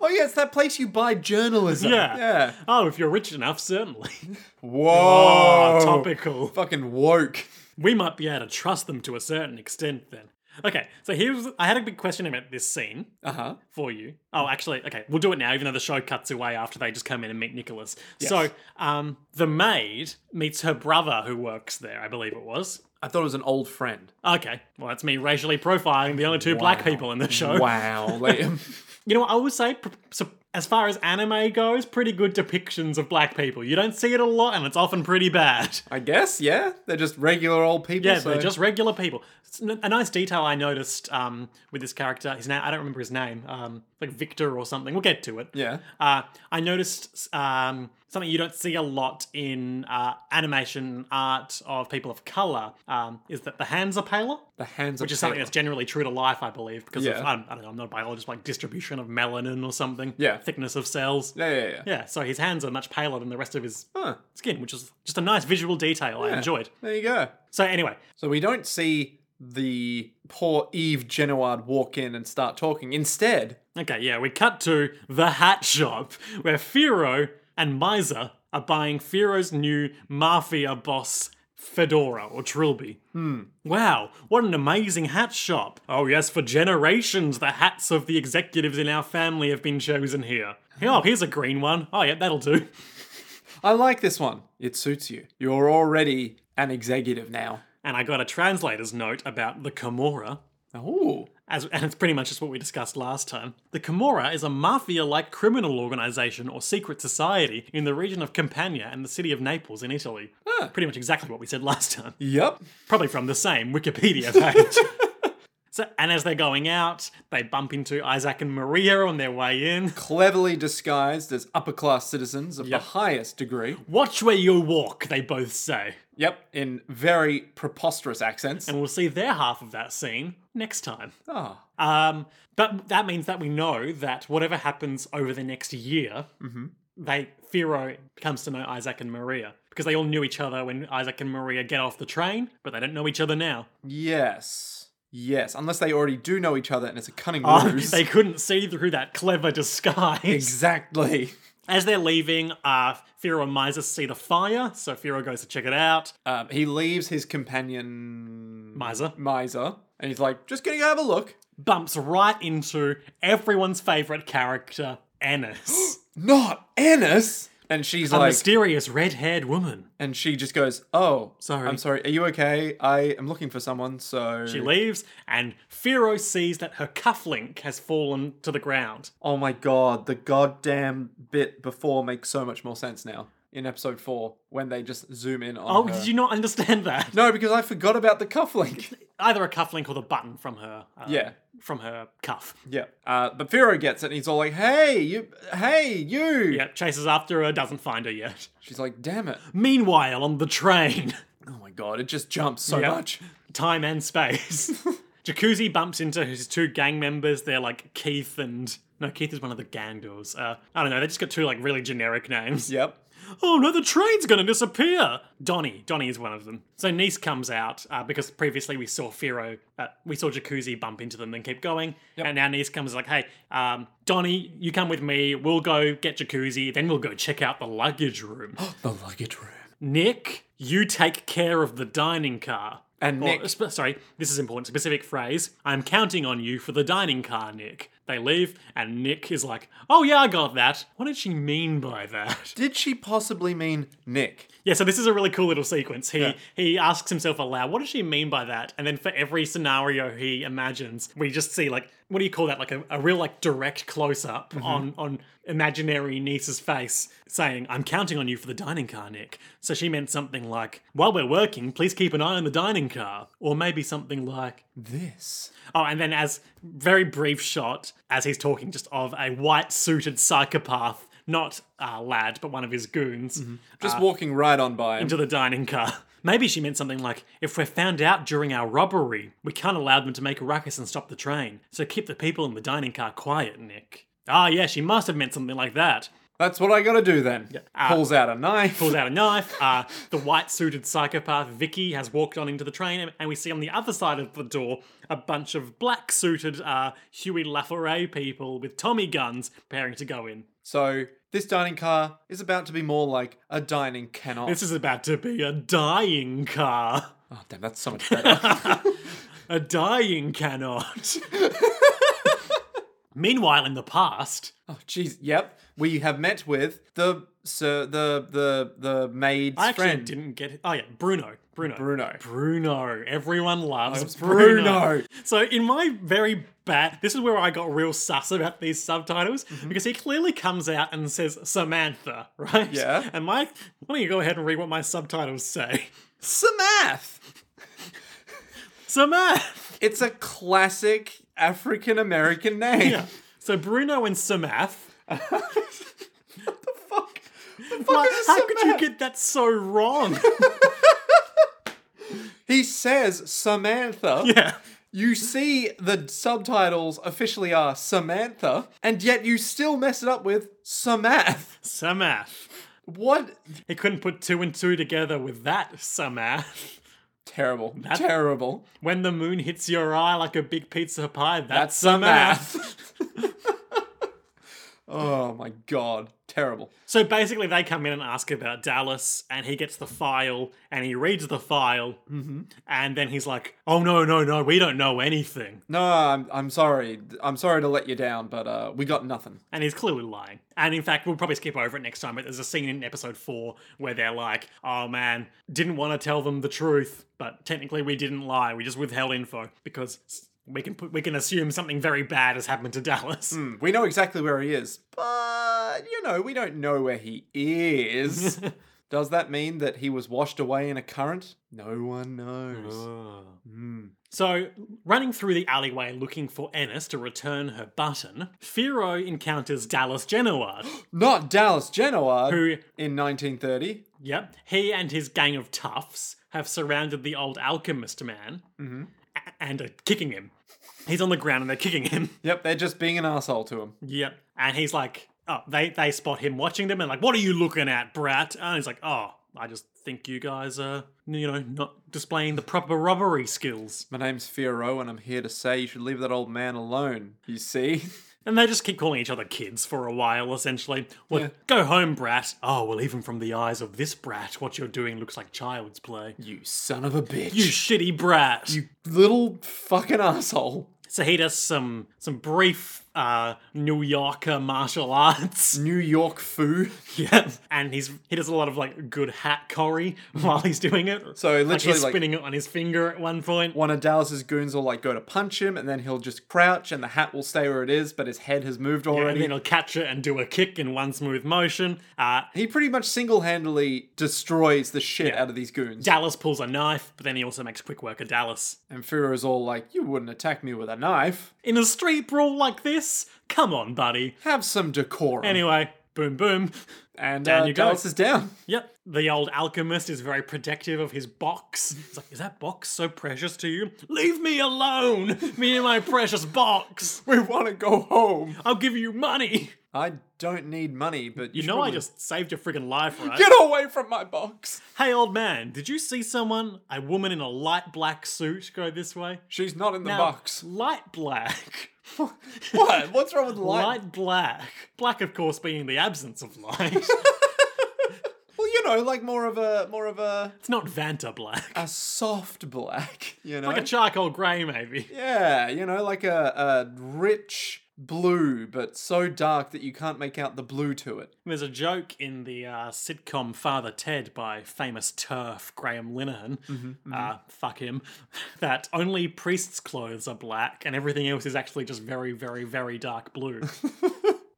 Oh, yeah. It's that place you buy journalism. Yeah. Yeah. oh, if you're rich enough, certainly. Ah, Whoa. topical. Oh. Fucking woke. We might be able to trust them to a certain extent then. Okay, so here's I had a big question about this scene Uh huh. for you. Oh, actually, okay, we'll do it now, even though the show cuts away after they just come in and meet Nicholas. Yes. So, um, the maid meets her brother who works there, I believe it was. I thought it was an old friend. Okay, well, that's me racially profiling the only two black people in the show. Wow, um, Liam. You know, what I would say, pr- so- as far as anime goes, pretty good depictions of black people. You don't see it a lot, and it's often pretty bad. I guess, yeah. They're just regular old people. Yeah, so they're just regular people. It's n- A nice detail I noticed um, with this character, his name, I don't remember his name, um, like Victor or something. We'll get to it. Yeah. Uh, I noticed um, something you don't see a lot in uh, animation art of people of color um, is that the hands are paler, The hands which is something that's generally true to life, I believe, because of, Yeah. I, don't, I don't know, I'm not a biologist, like distribution of melanin or something, Yeah. thickness of cells. Yeah, yeah, yeah. Yeah, so his hands are much paler than the rest of his Huh. skin, which is just a nice visual detail I Yeah. enjoyed. There you go. So anyway, So we don't see the poor Eve Genoard walk in and start talking. Instead, Okay, yeah, we cut to the hat shop where Firo and Miser are buying Firo's new mafia boss fedora or trilby. Hmm. Wow, what an amazing hat shop. Oh, yes, for generations the hats of the executives in our family have been chosen here. Oh, here's a green one. Oh, yeah, that'll do. I like this one. It suits you. You're already an executive now. And I got a translator's note about the Kimura. Oh, As, and it's pretty much just what we discussed last time. The Camorra is a mafia like criminal organization or secret society in the region of Campania and the city of Naples in Italy. Ah, Pretty much exactly what we said last time. Yep. Probably from the same Wikipedia page. so, and as they're going out, they bump into Isaac and Maria on their way in. Cleverly disguised as upper class citizens of Yep. the highest degree. Watch where you walk, they both say. Yep. In very preposterous accents. And we'll see their half of that scene next time. Ah. Um, but that means that we know that whatever happens over the next year, Mm-hmm. they Firo comes to know Isaac and Maria because they all knew each other when Isaac and Maria get off the train, but they don't know each other now. Yes. Yes. Unless they already do know each other and it's a cunning ruse. Ah, they couldn't see through that clever disguise. Exactly. As they're leaving, uh, Firo and Miser see the fire, so Firo goes to check it out. Um, he leaves his companion Miser Miser and he's like, just gonna go have a look. bumps right into everyone's favorite character, Annis, Not Annis. And she's a like, mysterious red-haired woman. and she just goes, oh, Sorry. I'm sorry. Are you okay? I am looking for someone. So, She leaves, and Firo sees that her cufflink has fallen to the ground. oh my god, the goddamn bit before makes so much more sense now in episode four when they just zoom in on. Oh, her. did you not understand that? No, because I forgot about the cufflink. Either a cufflink or the button from her. Uh, yeah. From her cuff. Yeah. Uh, but Firo gets it and he's all like, hey, you, hey, you. Yeah, chases after her, doesn't find her yet. She's like, damn it. Meanwhile, on the train, Oh my god, it just jumps so Yeah. much. time and space, Jacuzzi bumps into his two gang members. They're like Keith and. No, Keith is one of the gandos. Uh, I don't know, they just got two like really generic names. Yep. Oh no, the train's gonna disappear! Donnie, Donnie is one of them. So Nice comes out uh, because previously we saw Firo, uh, we saw Jacuzzi bump into them, then keep going. And now Nice comes like, hey, um, Donnie, you come with me. We'll go get Jacuzzi, then we'll go check out the luggage room. The luggage room. Nick, you take care of the dining car. And Or, Nick- sp- sorry, this is important. Specific phrase. I'm counting on you for the dining car, Nick. They leave, and Nick is like, "Oh yeah, I got that." What did she mean by that? Did she possibly mean Nick? Yeah, so this is a really cool little sequence. He he asks himself aloud, what does she mean by that? And then for every scenario he imagines, we just see like what do you call that? Like a, a real like direct close up on on imaginary niece's face saying, I'm counting on you for the dining car, Nick. So she meant something like, While we're working, please keep an eye on the dining car. Or maybe something like This. Oh, and then as very brief shot as he's talking just of a white suited psychopath, not uh, lad, but one of his goons. Uh, Just walking right on by him. into the dining car. Maybe she meant something like, if we're found out during our robbery, we can't allow them to make a ruckus and stop the train, so keep the people in the dining car quiet, Nick. Ah, yeah, she must have meant something like that. That's what I gotta do then. Pulls out Ah. a knife. Pulls out a knife. Uh, the white suited psychopath Vicky has walked on into the train, and- and we see on the other side of the door a bunch of black suited uh, Huey Laforet people with Tommy guns preparing to go in. so this dining car is about to be more like a dining cannot. This is about to be a dying car. oh damn, that's so much better. A dying cannot. Meanwhile, in the past, Oh, jeez. Yep. We have met with the sir, the the the maid's I actually friend, didn't get it. Oh, yeah, Bruno. Bruno. Bruno. Bruno. Everyone loves Bruno. Bruno. So in my very bad, this is where I got real sus about these subtitles Mm-hmm. because he clearly comes out and says Samantha, right? Yeah. And my, why don't you go ahead and read what my subtitles say? Samath. Samantha. It's a classic African American name. Yeah. So Bruno and Samath. the fuck? The fuck Like, is a how could you Samath? get that so wrong? He says Samantha. yeah. You see the subtitles officially are Samantha, and yet you still mess it up with Samath. Samath. What? He couldn't put two and two together with that, Samath. Terrible. Terrible. When the moon hits your eye like a big pizza pie, that's, That's some Samath. math. Oh my god. Terrible. So basically, they come in and ask about Dallas, and he gets the file, and he reads the file, and then he's like, "Oh no, no, no, we don't know anything," No, I'm, I'm sorry. I'm sorry to let you down, but uh, we got nothing. and he's clearly lying. And in fact, we'll probably skip over it next time. But there's a scene in episode four where they're like, "Oh man, didn't want to tell them the truth, but technically we didn't lie. We just withheld info because." We can put, we can assume something very bad has happened to Dallas. Hmm, We know exactly where he is, but you know, we don't know where he is. Does that mean that he was washed away in a current? No one knows. So, running through the alleyway looking for Ennis to return her button, Firo encounters Dallas Genoard, Not Dallas Genoa who, in 1930. yep, he and his gang of toughs have surrounded the old alchemist man a- and are kicking him. He's on the ground and they're kicking him. Yep, they're just being an asshole to him. Yep. And he's like, oh, they, they spot him watching them and like, what are you looking at, brat? And he's like, oh, I just think you guys are, you know, not displaying the proper robbery skills. My name's Firo, and I'm here to say you should leave that old man alone. You see? And they just keep calling each other kids for a while, essentially. Well, go home, brat. Oh, well, even from the eyes of this brat, what you're doing looks like child's play. You son of a bitch. You shitty brat. you little fucking asshole. So he does some some brief uh, New Yorker martial arts. New York foo. yeah. And he's he does a lot of like good hat corey while he's doing it. So like literally, he's like, spinning it on his finger at one point. one of Dallas's goons will like go to punch him, and then he'll just crouch, and the hat will stay where it is, but his head has moved And already. then he'll catch it and do a kick in one smooth motion. Uh, he pretty much single-handedly destroys the shit out of these goons. Dallas pulls a knife, but then he also makes quick work of Dallas. and Furo's all like, "You wouldn't attack me with a knife. In a street brawl like this? Come on, buddy. Have some decorum." Anyway, boom, boom. and down uh, you go. Dallas is down. Yep, the old alchemist is very protective of his box. It's like, is that box so precious to you? Leave me alone! Me and my precious box! We want to go home. I'll give you money! I don't need money, but you, You know, I probably- just saved your freaking life, right? get away from my box. Hey, old man, did you see someone, a woman in a light black suit, go this way? She's not in the Now, box. Light black. What? What's wrong with light? Light black. Black, of course, being the absence of light. Well, you know, like more of a more of a it's not Vanta black. a soft black. You know, Like a charcoal grey, maybe. Yeah, you know, like a, a rich blue, but so dark that you can't make out the blue to it. There's a joke in the uh, sitcom Father Ted by famous turf Graham Linehan, uh, fuck him, that only priests' clothes are black and everything else is actually just very, very, very dark blue.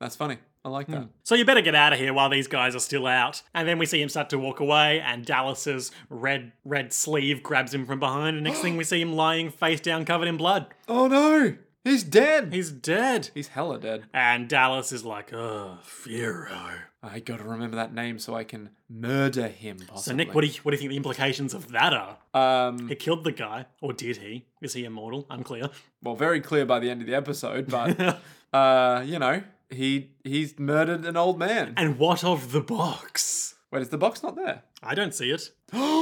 That's funny. I like that. so you better get out of here while these guys are still out. And then we see him start to walk away, and Dallas's red red sleeve grabs him from behind, and next thing we see him lying face down, covered in blood. Oh no! He's dead! He's dead. He's hella dead. And Dallas is like, oh, Firo. I gotta remember that name so I can murder him, possibly. So Nick, what do you what do you think the implications of that are? Um, He killed the guy, or did he? Is he immortal? Unclear. well, very clear by the end of the episode, but, uh, you know, he he's murdered an old man. And what of the box? Wait, is the box not there? I don't see it.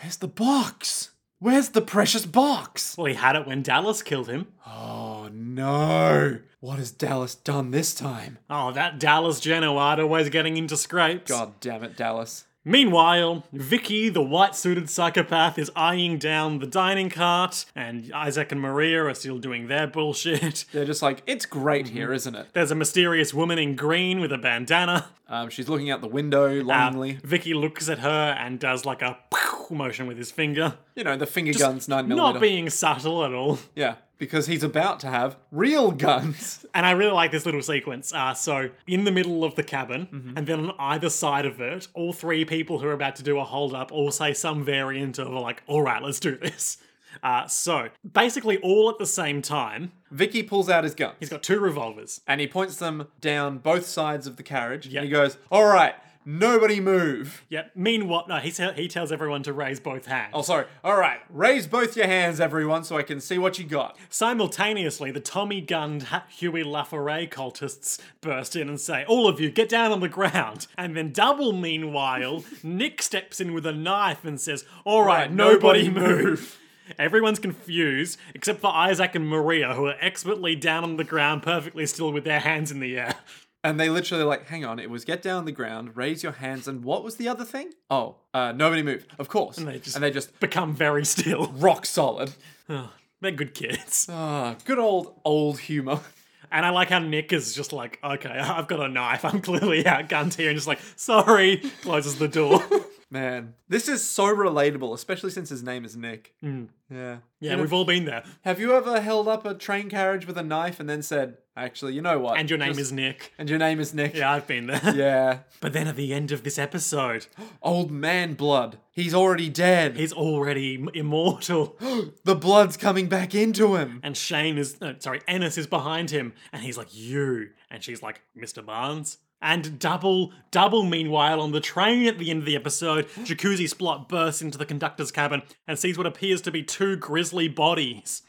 Where's the box? Where's the precious box? Well, he had it when Dallas killed him. Oh no! What has Dallas done this time? Oh, that Dallas Genoard always getting into scrapes. God damn it, Dallas. Meanwhile, Vicky, the white suited psychopath, is eyeing down the dining cart, and Isaac and Maria are still doing their bullshit. They're just like, it's great here, isn't it? There's a mysterious woman in green with a bandana. Um, she's looking out the window Uh, longingly. Vicky looks at her and does like a pow motion with his finger. you know, the finger guns, 9 Not millimeter. being subtle at all. yeah, because he's about to have real guns. And I really like this little sequence. Uh, so, in the middle of the cabin, and then on either side of it, all three people who are about to do a hold up all say some variant of, like, all right, let's do this. Uh, so, basically, all at the same time, Vicky pulls out his guns he's got two revolvers. and he points them down both sides of the carriage. Yeah. And he goes, All right, nobody move. Yep. Meanwhile, no, he, te- he tells everyone to raise both hands. Oh, sorry. All right, raise both your hands, everyone, so I can see what you got. Simultaneously, the Tommy gunned Ha- Huey LaFerre cultists burst in and say, All of you, get down on the ground. And then, double meanwhile, Nick steps in with a knife and says, All right, Right, nobody, nobody move. move. Everyone's confused, except for Isaac and Maria, who are expertly down on the ground, perfectly still with their hands in the air. And they literally are like, hang on, it was get down on the ground, raise your hands, and what was the other thing? Oh, uh, nobody move. Of course. And they just- and they just Become very still. Oh, rock solid. They're good kids. Ah, good old old humor. And I like how Nick is just like, Okay, I've got a knife. I'm clearly outgunned here. And just like, Sorry, closes the door. Man, this is so relatable, especially since his name is Nick. Hmm. Yeah. Yeah, we've all been there. Have you ever held up a train carriage with a knife and then said, actually, you know what? And your name Just- is Nick. And your name is Nick. Yeah, I've been there. Yeah. But then at the end of this episode, Old man blood. He's already dead. he's already m- immortal. the blood's coming back into him. And Shane is, no, sorry, Ennis is behind him. And he's like, you. And she's like, Mr. Barnes. And double, double meanwhile, on the train at the end of the episode, Jacuzzi Splot bursts into the conductor's cabin and sees what appears to be two grisly bodies.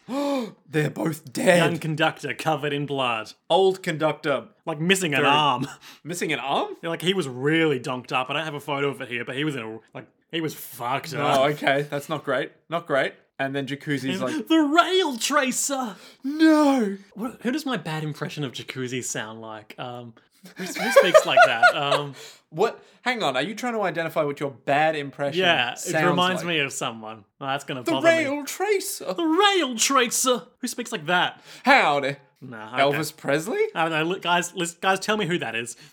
They're both dead. Young conductor covered in blood, Old conductor. like missing an arm. Missing an arm? Like he was really donked up. I don't have a photo of it here, but he was in a, like, he was fucked up. Oh, okay. That's not great. Not great. And then Jacuzzi's like, the rail tracer. no. What, who does my bad impression of Jacuzzi sound like? Um, who, who speaks like that? Um, What? Hang on. Are you trying to identify what your bad impression? yeah, it sounds reminds like? me of someone. Oh, that's gonna The bother me. rail tracer. The rail tracer. Who speaks like that? Howdy. Nah, okay. Elvis Presley? I don't know, look, guys. lis- Guys, tell me who that is.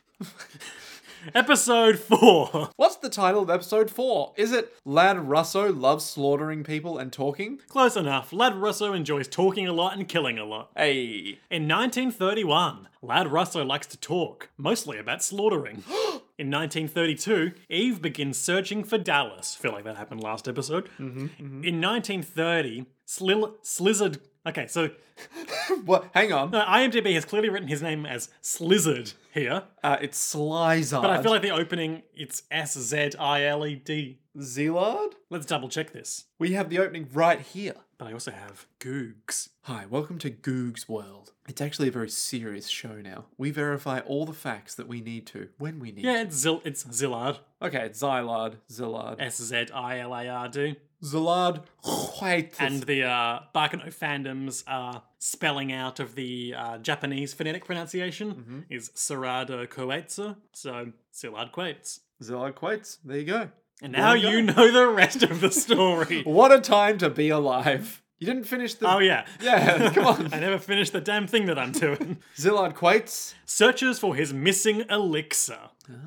Episode four. What's the title of episode four? Is it Lad Russo loves slaughtering people and talking? Close enough. Lad Russo enjoys talking a lot and killing a lot. Hey. In 1931, Lad Russo likes to talk, mostly about slaughtering. In 1932, Eve begins searching for Dallas. Feel like that happened last episode. In 1930, Slil- Slizzard. Okay, so What? Hang on. uh, IMDb has clearly written his name as Slizzard here, Uh, it's Slizard. but I feel like the opening it's S Z I L E D. Zelard? Let's double check this. We have the opening right here. But I also have Googs. Hi, welcome to Goog's World. It's actually a very serious show now. We verify all the facts that we need to when we need Yeah, it's Zil. It's Zillard. to. Okay, it's Zilard, Zillard. S Z I L A R D. Zillard Huaitis. and the uh, Barkano fandom's uh, spelling out of the uh, Japanese phonetic pronunciation is Sarada Koetsu, so Silad Quates. Zillard Quates. There you go. And now you go. you know the rest of the story. What a time to be alive. You didn't finish the. oh, yeah. yeah, come on. I never finished the damn thing that I'm doing. Zillard Quates. Searches for his missing elixir.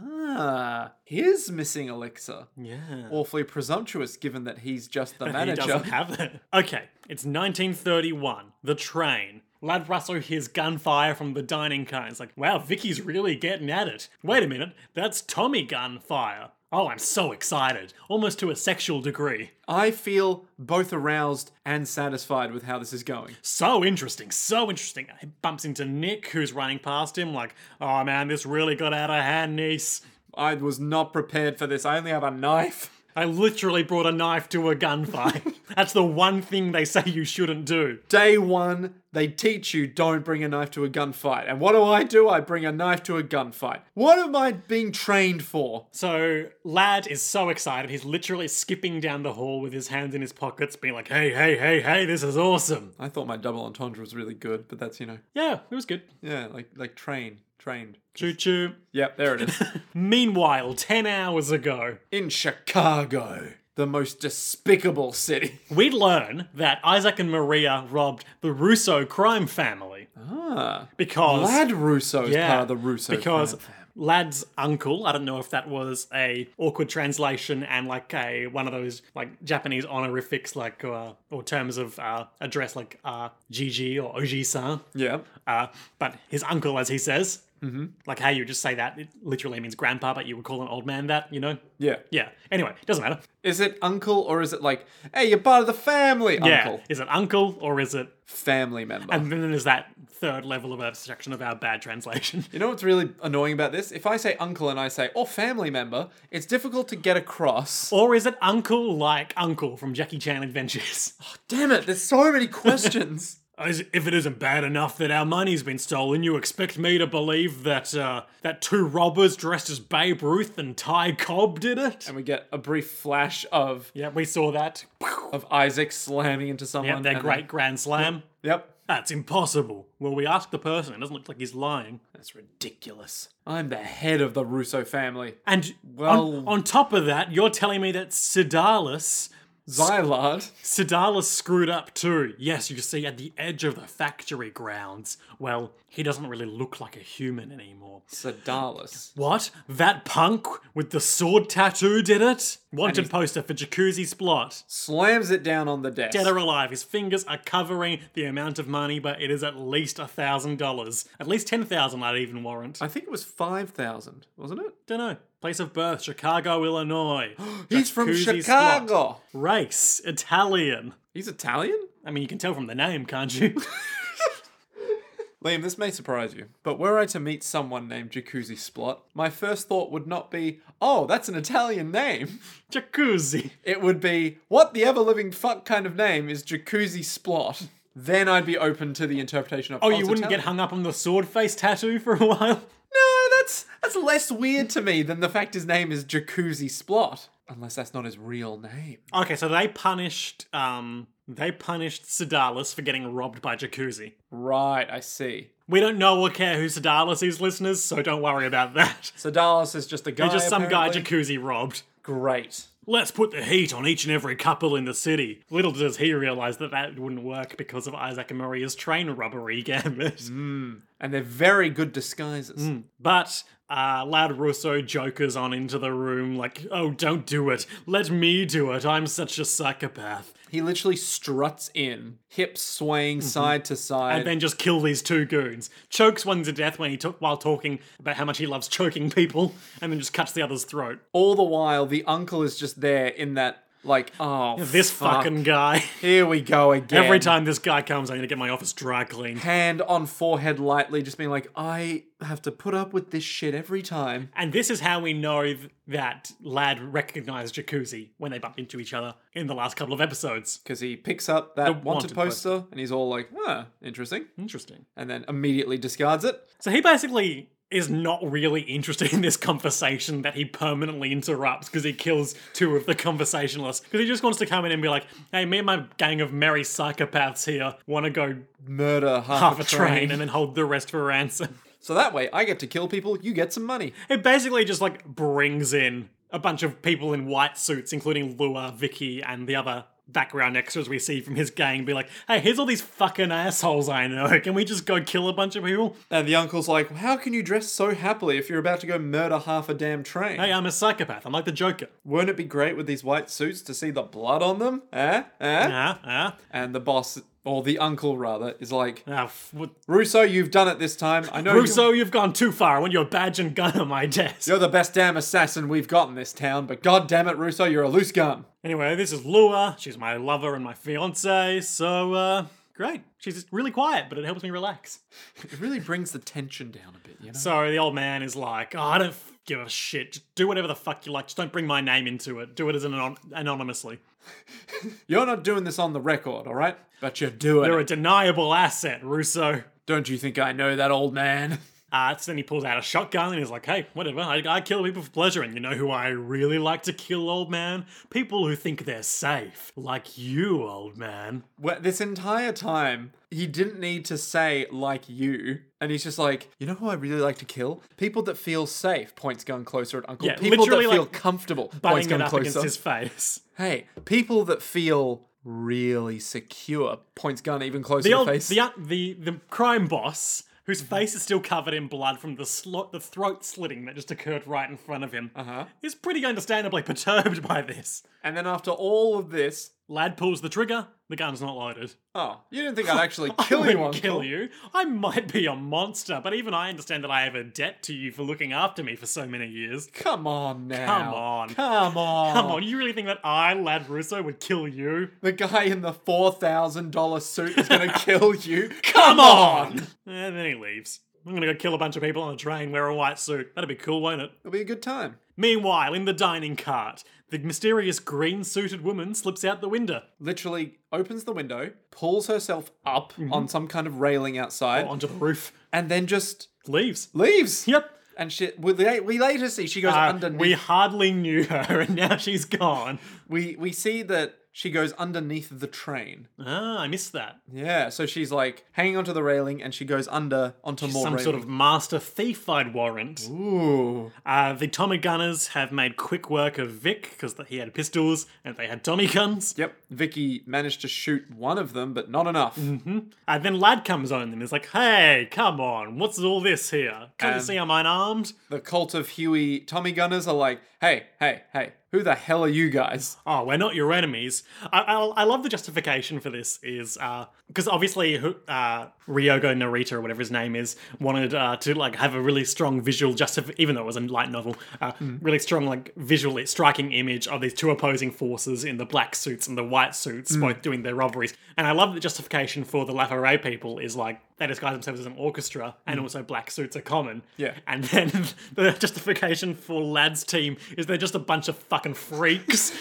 Ah, his missing elixir. Yeah. Awfully presumptuous given that he's just the He manager. doesn't have it. Okay, it's 1931. The train. Lad Russo hears gunfire from the dining car. It's like, wow, Vicky's really getting at it. Wait a minute, that's Tommy gunfire. Oh, I'm so excited, almost to a sexual degree. I feel both aroused and satisfied with how this is going. So interesting, so interesting. He bumps into Nick, who's running past him, like, oh man, this really got out of hand, niece. I was not prepared for this. I only have a knife. I literally brought a knife to a gunfight. that's the one thing they say you shouldn't do. Day one, They teach you don't bring a knife to a gunfight. And what do I do? I bring a knife to a gunfight. What am I being trained for? So Lad is so excited, he's literally skipping down the hall with his hands in his pockets, being like, hey, hey, hey, hey, this is awesome. I thought my double entendre was really good, but that's, you know, Yeah, it was good. yeah, like like train, trained. Choo choo. Yep, there it is. Meanwhile, 10 hours ago, In Chicago, the most despicable city. we learn that Isaac and Maria robbed the Russo crime family Ah. because. Lad Russo is Yeah, part of the Russo because fam. Lad's uncle, I don't know if that was a awkward translation and like a one of those like Japanese honorifics like uh, or terms of uh, address like uh, Gigi or Oji-san. Yeah. Uh, but his uncle, as he says, mm-hmm. like how you just say that, it literally means grandpa, but you would call an old man that, you know? Yeah. Yeah. Anyway, doesn't matter. Is it uncle or is it like, hey, you're part of the family, Yeah. uncle? Is it uncle or is it? Family member. And then there's that third level of abstraction of our bad translation. you know what's really annoying about this? If I say uncle and I say, or family member, it's difficult to get across. Or is it uncle like uncle from Jackie Chan Adventures? Damn it, there's so many questions. As if it isn't bad enough that our money's been stolen, you expect me to believe that uh, that two robbers dressed as Babe Ruth and Ty Cobb did it? and we get a brief flash of Yeah, we saw that. of Isaac slamming into someone. Yeah, their and great grand slam. then- yep. That's impossible. Well, we asked the person. It doesn't look like he's lying. That's ridiculous. I'm the head of the Russo family. And on, Well- on top of that, you're telling me that Sidalis, Xylard. Sidalis screwed up too. Yes, you see, at the edge of the factory grounds. Well, he doesn't really look like a human anymore. Sedalis. What? That punk with the sword tattoo did it? Wanted poster for Jacuzzi's plot. Slams it down on the desk. Dead or alive, his fingers are covering the amount of money, but it is at least a thousand dollars. At least ten thousand, I'd even warrant. I think it was 5,000, wasn't it? don't know. Place of birth, Chicago, Illinois. He's from Jacuzzi's Chicago. plot. Race, Italian. He's Italian? I mean, you can tell from the name, can't you? Liam, this may surprise you, but were I to meet someone named Jacuzzi Splot, my first thought would not be, oh, that's an Italian name. Jacuzzi. It would be, what the ever living fuck kind of name is Jacuzzi Splot? Then I'd be open to the interpretation of Oh, you wouldn't get hung up on the sword face tattoo for a while? No, that's that's less weird to me than the fact his name is Jacuzzi Splot. Unless that's not his real name. Okay, so they punished um they punished Sidalis for getting robbed by Jacuzzi. Right, I see. We don't know or care who Sidalis is, listeners, so don't worry about that. So Dallas is just a guy. Just some guy apparently. Jacuzzi robbed. Great. Let's put the heat on each and every couple in the city. Little does he realize that that wouldn't work because of Isaac and Maria's train robbery gambit. And they're very good disguises. But uh, Lad Russo jokers on into the room like, "Oh, don't do it. Let me do it. I'm such a psychopath." He literally struts in, hips swaying side to side. Mm-hmm. and then just kill these two goons. Chokes one to death when he took while talking about how much he loves choking people, and then just cuts the other's throat. All the while, the uncle is just there in that, like, oh, This fuck. fucking guy. Here we go again. Every time this guy comes, I'm gonna get my office dry cleaned. Hand on forehead lightly, just being like, I have to put up with this shit every time. And this is how we know th- that Lad recognized Jacuzzi when they bumped into each other in the last couple of episodes. Because he picks up that wanted, wanted poster, and he's all like, huh, interesting. Interesting. And then immediately discards it. So he basically is not really interested in this conversation that he permanently interrupts because he kills two of the conversationalists. Because he just wants to come in and be like, hey, me and my gang of merry psychopaths here want to go Murder half, half a train and then hold the rest for ransom. So that way, I get to kill people, you get some money. It basically just like brings in a bunch of people in white suits, including Lua, Vicky, and the other background extras we see from his gang, be like, hey, here's all these fucking assholes I know. Can we just go kill a bunch of people? And the uncle's like, How can you dress so happily if you're about to go murder half a damn train? Hey, I'm a psychopath. I'm like the Joker. Wouldn't it be great with these white suits to see the blood on them? Eh? Eh? Ah, ah, And the boss, or the uncle rather, is like, ah. f- what- Russo, you've done it this time. I know you- Russo, you've gone too far. I want your badge and gun on my desk. you're the best damn assassin we've got in this town, but god damn it, Russo, you're a loose gun. Anyway, this is Lua. She's my lover and my fiance. So, uh, great. She's really quiet, but it helps me relax. It really brings the tension down a bit, you know? So the old man is like, oh, I don't. give a shit. Just do whatever the fuck you like. Just don't bring my name into it. Do it as an anon- anonymously. You're not doing this on the record, all right? But you're doing You're it. a deniable asset, Russo. Don't you think I know that old man? Uh, so then he pulls out a shotgun and he's like, hey, whatever, I, I kill people for pleasure. And you know who I really like to kill, old man? People who think they're safe. Like you, old man. Well, this entire time, he didn't need to say like you, and he's just like, you know who I really like to kill? People that feel safe. Points going closer at Uncle. Yeah, people that literally, feel like, comfortable. Points Butting it going up closer. against his face. Hey, people that feel really secure. Points gun even closer The, to old, face. Mm-hmm. the, the, the crime boss, whose face is still covered in blood from the, slo- the throat slitting that just occurred right in front of him, uh-huh. is pretty understandably perturbed by this. and then after all of this, Lad pulls the trigger, the gun's not loaded. oh, you didn't think I'd actually kill I you wouldn't Uncle. kill you. I might be a monster, but even I understand that I have a debt to you for looking after me for so many years. Come on now. Come on. Come on. Come on, you really think that I, Lad Russo, would kill you? The guy in the four thousand dollar suit is gonna kill you. Come on! And then he leaves. I'm gonna go kill a bunch of people on a train, wear a white suit. That'd be cool, won't it? It'll be a good time. Meanwhile, in the dining cart, the mysterious green suited woman slips out the window Literally opens the window, pulls herself up Mm-hmm. on some kind of railing outside, onto the roof, and then just leaves. leaves. Yep. And she, we, la- we later see she goes Uh, underneath. we hardly knew her, and now she's gone. we we see that she goes underneath the train. Ah, I missed that. Yeah, so she's like hanging onto the railing, and she goes under onto more Some railing. sort of master thief, I'd warrant. Ooh. Uh, the Tommy Gunners have made quick work of Vic because he had pistols and they had Tommy guns. Yep. Vicky managed to shoot one of them, but not enough. Mm-hmm. And Uh, then Lad comes on and is like, hey, come on, what's all this here? Can't Um, you see I'm unarmed? The cult of Huey Tommy Gunners are like, hey, hey, hey, who the hell are you guys? Oh, we're not your enemies. I, I, I love the justification for this is because obviously who- uh, Ryogo Narita or whatever his name is wanted uh, to like have a really strong visual justif even though it was a light novel, uh, really strong like visually striking image of these two opposing forces in the black suits and the white suits, both doing their robberies. And I love the justification for the Lafaray people is like they disguise themselves as an orchestra, and also black suits are common. Yeah. And then the justification for Lad's team is they're just a bunch of fucking freaks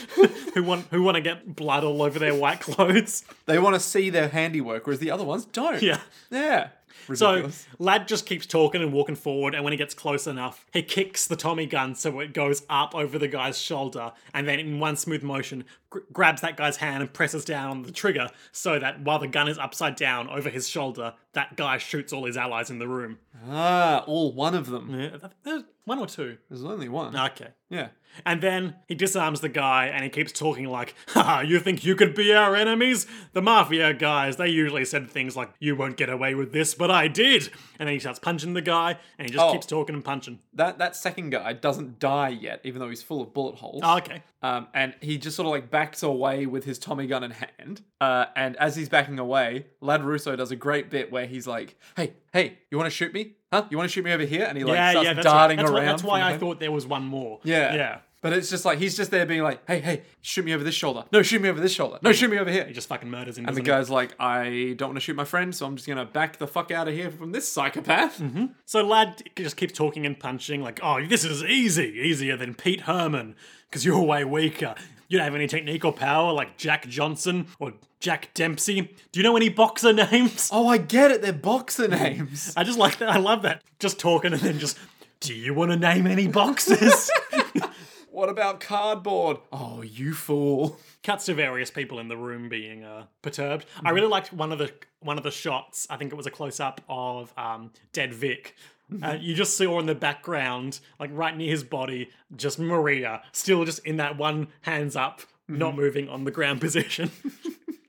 who want who want to get blood all over their white clothes. They want to see their handiwork, whereas the other ones don't. Yeah. Yeah. So Ridiculous. Lad just keeps talking and walking forward, and when he gets close enough, he kicks the Tommy gun so it goes up over the guy's shoulder, and then in one smooth motion gr- grabs that guy's hand and presses down on the trigger so that while the gun is upside down over his shoulder, that guy shoots all his allies in the room. ah, all one of them. Yeah, there's One or two. There's only one. Okay. Yeah. And then he disarms the guy and he keeps talking like, Haha, you think you could be our enemies? The mafia guys, they usually said things like, You won't get away with this, but I did. And then he starts punching the guy and he just Oh. keeps talking and punching. That that second guy doesn't die yet, even though he's full of bullet holes. Oh, okay. Um, and he just sort of like backs away with his Tommy gun in hand. Uh, and as he's backing away, Lad Russo does a great bit where he's like, "Hey, hey, you want to shoot me? Huh? You want to shoot me over here?" And he like yeah, starts yeah, that's darting right. That's, why- around. that's why from I behind. thought there was one more. Yeah. Yeah. But it's just like he's just there being like, "Hey, hey, shoot me over this shoulder. No, shoot me over this shoulder. No, shoot me over here." He just fucking murders him. And the doesn't he? guy's like, "I don't want to shoot my friend, so I'm just gonna back the fuck out of here from this psychopath." Mm-hmm. So Lad just keeps talking and punching, like, oh, this is easy, easier than Pete Herman, because you're way weaker. You don't have any technique or power like Jack Johnson or Jack Dempsey. Do you know any boxer names? Oh, I get it. They're boxer names. I just like that. I love that. Just talking and then just, do you want to name any boxes? what about cardboard? Oh, you fool. Cuts to various people in the room being uh, perturbed. I really liked one of the one of the shots. I think it was a close up of um, dead Vic. Uh, you just saw in the background, like right near his body, just Maria still just in that one hands up, not moving on the ground position.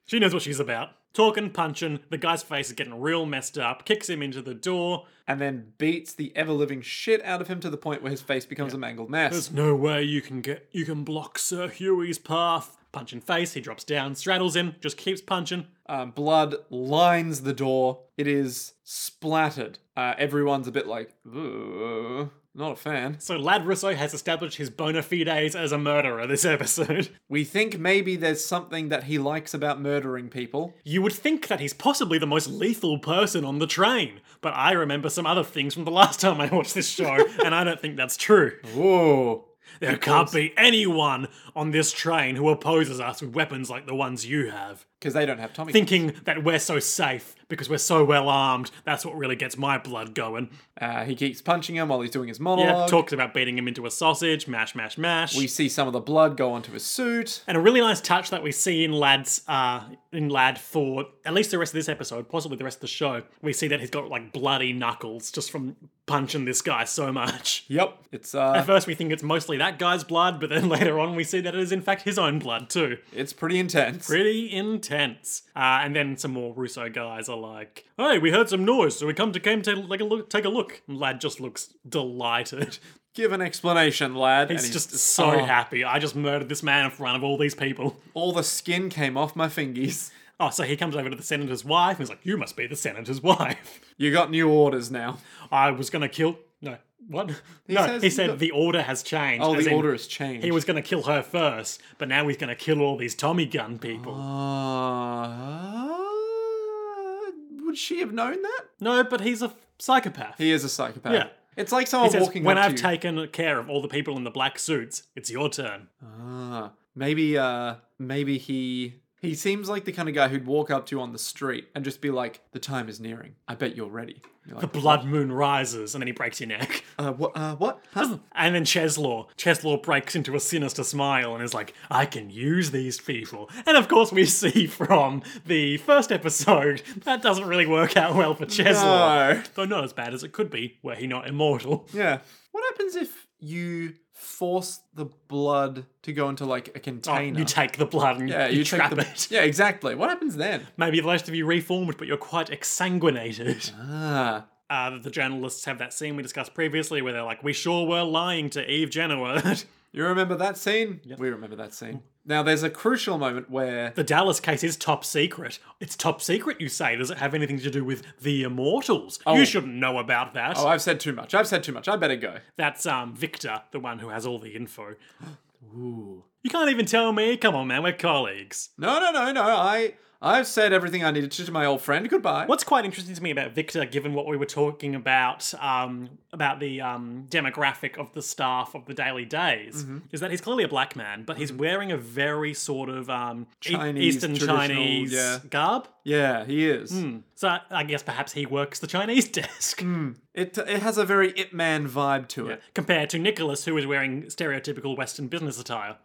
She knows what she's about. Talking, punching. The guy's face is getting real messed up. Kicks him into the door. and then beats the ever living shit out of him to the point where his face becomes a mangled mess. There's no way you can get you can block Sir Huey's path. Punch in face, he drops down, straddles him, just keeps punching. Um, blood lines the door. It is splattered. Uh, everyone's a bit like, "Ooh." Not a fan. So Lad Russo has established his bona fides as a murderer this episode. We think maybe there's something that he likes about murdering people. You would think that he's possibly the most lethal person on the train, but I remember some other things from the last time I watched this show, and I don't think that's true. Whoa. There can't be anyone on this train who opposes us with weapons like the ones you have. Because they don't have Tommy. Thinking that we're so safe because we're so well armed, that's what really gets my blood going. uh, he keeps punching him while he's doing his Yeah, monologue. talks about beating him into a sausage, mash, mash, mash. we see some of the blood go onto his suit. And a really nice touch that we see in Lad's uh, in Lad for at least the rest of this episode, possibly the rest of the show. We see that he's got like bloody knuckles just from punching this guy so much. Yep. It's uh At first, we think it's mostly that guy's blood, but then later on, we see that it is in fact his own blood too. it's pretty intense. Pretty intense. Uh, and then some more Russo guys are like, "Hey, we heard some noise, so we come to came to like a look, take a look." And Lad just looks delighted. Give an explanation, lad. and He's just so oh, happy. I just murdered this man in front of all these people. all the skin came off my fingers. Oh, so he comes over to the senator's wife and he's like, You must be the senator's wife. You got new orders now. I was going to kill. No, what? no, says he he said got- the order has changed. Oh, as the in order has changed. He was going to kill her first, but now he's going to kill all these Tommy gun people. Oh. Uh, would she have known that? No, but he's a psychopath. He is a psychopath. Yeah. It's like someone says, walking when up I've to you. taken care of all the people in the black suits, it's your turn. Ah, maybe uh maybe he he seems like the kind of guy who'd walk up to you on the street and just be like, "The time is nearing. I bet you're ready." You're The like, blood moon rises, and then he breaks your neck. uh, what? Uh, what? Huh? And then Cheslaw. Cheslaw breaks into a sinister smile and is like, I can use these people. And of course, we see from the first episode that doesn't really work out well for Cheslaw. No. Though not as bad as it could be, were he not immortal. Yeah. What happens if you force the blood to go into like a container? Oh, You take the blood and yeah, you, take trap the- it. Yeah, exactly. What happens then? Maybe the rest of you reformed, but you're quite exsanguinated. Ah, Uh, that the journalists have that scene we discussed previously where they're like, we sure were lying to Eve Genoa. you remember that scene? We remember that scene. Now there's a crucial moment where The Dallas case is top secret. It's top secret, you say. Does it have anything to do with the immortals? You shouldn't know about that. oh, I've said too much. I've said too much. I better go. That's um Victor, the one who has all the info. Ooh. You can't even tell me. Come on, man, we're colleagues. No, no, no, no. I I've said everything I needed to to my old friend. Goodbye. What's quite interesting to me about Victor, given what we were talking about, um, about the um, demographic of the staff of the Daily Days, Mm-hmm. is that he's clearly a black man, but he's wearing a very sort of um, E- Chinese, Eastern traditional, Chinese yeah. garb. Yeah, he is. So I guess perhaps he works the Chinese desk. It it has a very Ip Man vibe to it. compared to Nicholas, who is wearing stereotypical Western business attire.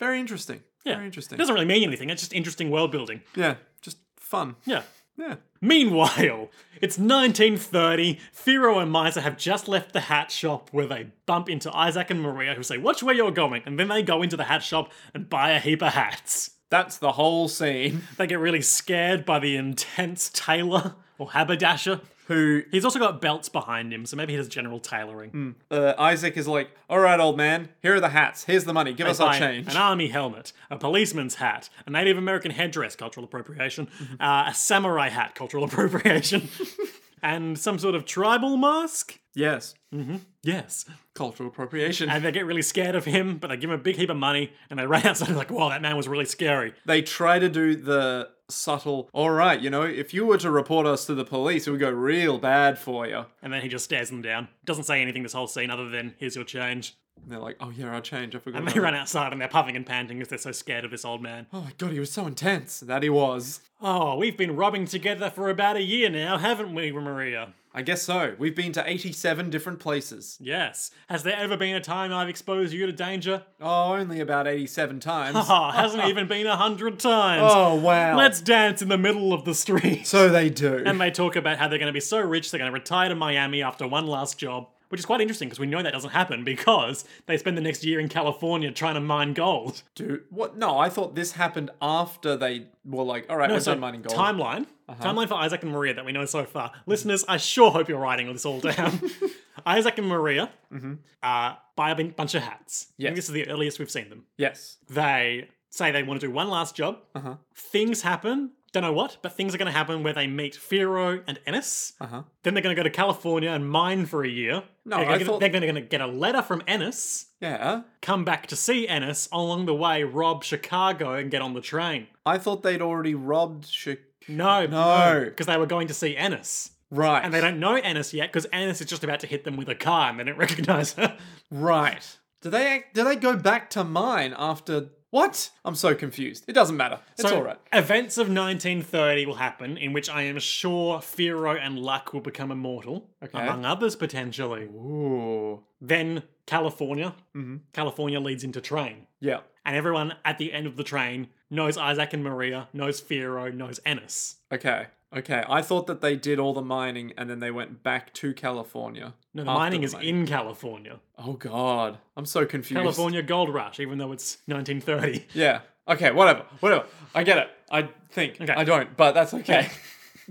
Very interesting. Yeah. Hmm, Very It interesting. doesn't really mean anything. It's just interesting world building. Yeah, just fun. Yeah. Yeah. Meanwhile, it's 1930. Firo and Miser have just left the hat shop where they bump into Isaac and Maria, who say, Watch where you're going. And then they go into the hat shop and buy a heap of hats. That's the whole scene. They get really scared by the intense tailor or haberdasher. Who He's also got belts behind him, so maybe he does general tailoring. uh, Isaac is like, all right, old man, here are the hats. Here's the money. Give us our by change. An army helmet, a policeman's hat, a Native American headdress, cultural appropriation, uh, a samurai hat, cultural appropriation, and some sort of tribal mask. yes. Yes. Cultural appropriation. And they get really scared of him, but they give him a big heap of money and they run outside and like, wow, that man was really scary. they try to do the subtle, all right, you know, if you were to report us to the police, it would go real bad for you. And then he just stares them down. Doesn't say anything this whole scene other than, here's your change. And they're like, oh, yeah, our change. I forgot. And about they that." run outside and they're puffing and panting because they're so scared of this old man. Oh, my God, he was so intense. That he was. Oh, we've been robbing together for about a year now, haven't we, Maria? I guess so. We've been to 87 different places. Yes. Has there ever been a time I've exposed you to danger? Oh, only about 87 times. Ah, hasn't even been a hundred times. oh, wow. Let's dance in the middle of the street. so they do. and they talk about how they're going to be so rich they're going to retire to Miami after one last job, which is quite interesting because we know that doesn't happen because they spend the next year in California trying to mine gold. do what? No, I thought this happened after they were like, all right, we're So, done mining gold. Uh-huh. Timeline. Timeline for Isaac and Maria that we know so far. Listeners, I sure hope you're writing this all down. Isaac and Maria uh, buy a bin- bunch of hats. I think Mm-hmm. Yes. this is the earliest we've seen them. Yes. Uh-huh. They say they want to do one last job. Things happen. don't know what, but things are going to happen where they meet Firo and Ennis. Uh-huh. Then they're going to go to California and mine for a year. No, they're I gonna- thought- they're going to get a letter from Ennis. Yeah. Come back to see Ennis along the way, rob Chicago and get on the train. I thought they'd already robbed Chi- No, No. because they were going to see Ennis. Right. And they don't know Ennis yet because Ennis is just about to hit them with a car and they don't recognize her. Right. Do they act- do they go back to mine after what? I'm so confused. It doesn't matter. It's So, all right. Events of 1930 will happen in which I am sure Firo and Luck will become immortal, among others potentially. Ooh. Then California. Mm-hmm. California leads into train. Yeah. And everyone at the end of the train knows Isaac and Maria, knows Firo, knows Ennis. Okay. Okay. I thought that they did all the mining and then they went back to California. No, the after mining the is in California. Oh god. I'm so confused. California gold rush, even though it's 1930. Yeah. Okay, whatever. Whatever. I get it. I think. Okay. I don't, but that's okay.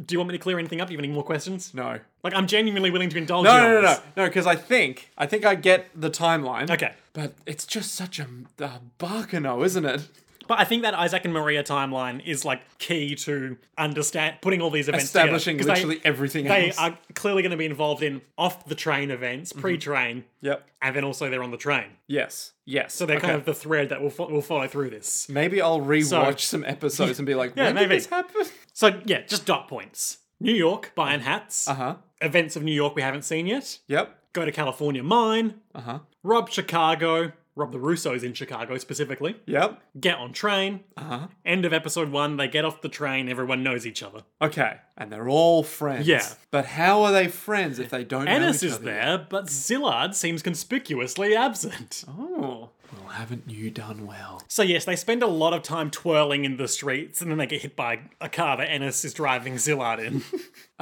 Do you want me to clear anything up? Do you have any more questions? no. Like, I'm genuinely willing to indulge No, you. no, no, on no, this. no, because I think I think I get the timeline. Okay. But it's just such a, a barkano, isn't it? But I think that Isaac and Maria timeline is like key to understand putting all these events Establishing together, 'cause literally everything They, they else. are clearly going to be involved in off the train events, Mm-hmm. pre-train, Yep. and then also they're on the train. Yes. Yes. So they're kind of the thread that will fo- will follow through this. Maybe I'll rewatch some episodes and be like, yeah, when maybe. did this happen? So yeah, just dot points. New York, buying Uh-huh. hats. huh. Events of New York we haven't seen yet. Yep. Go to California mine. Uh huh. Rob Chicago. Rob the Russos in Chicago specifically. Yep. Get on train. Uh huh. End of episode one. They get off the train. Everyone knows each other. Okay. And they're all friends. Yeah. But how are they friends if they don't Ennis know each is other? there, Hmm. but Zillard seems conspicuously absent. Oh. Well, haven't you done well? So, yes, they spend a lot of time twirling in the streets and then they get hit by a car that Ennis is driving Zillard in.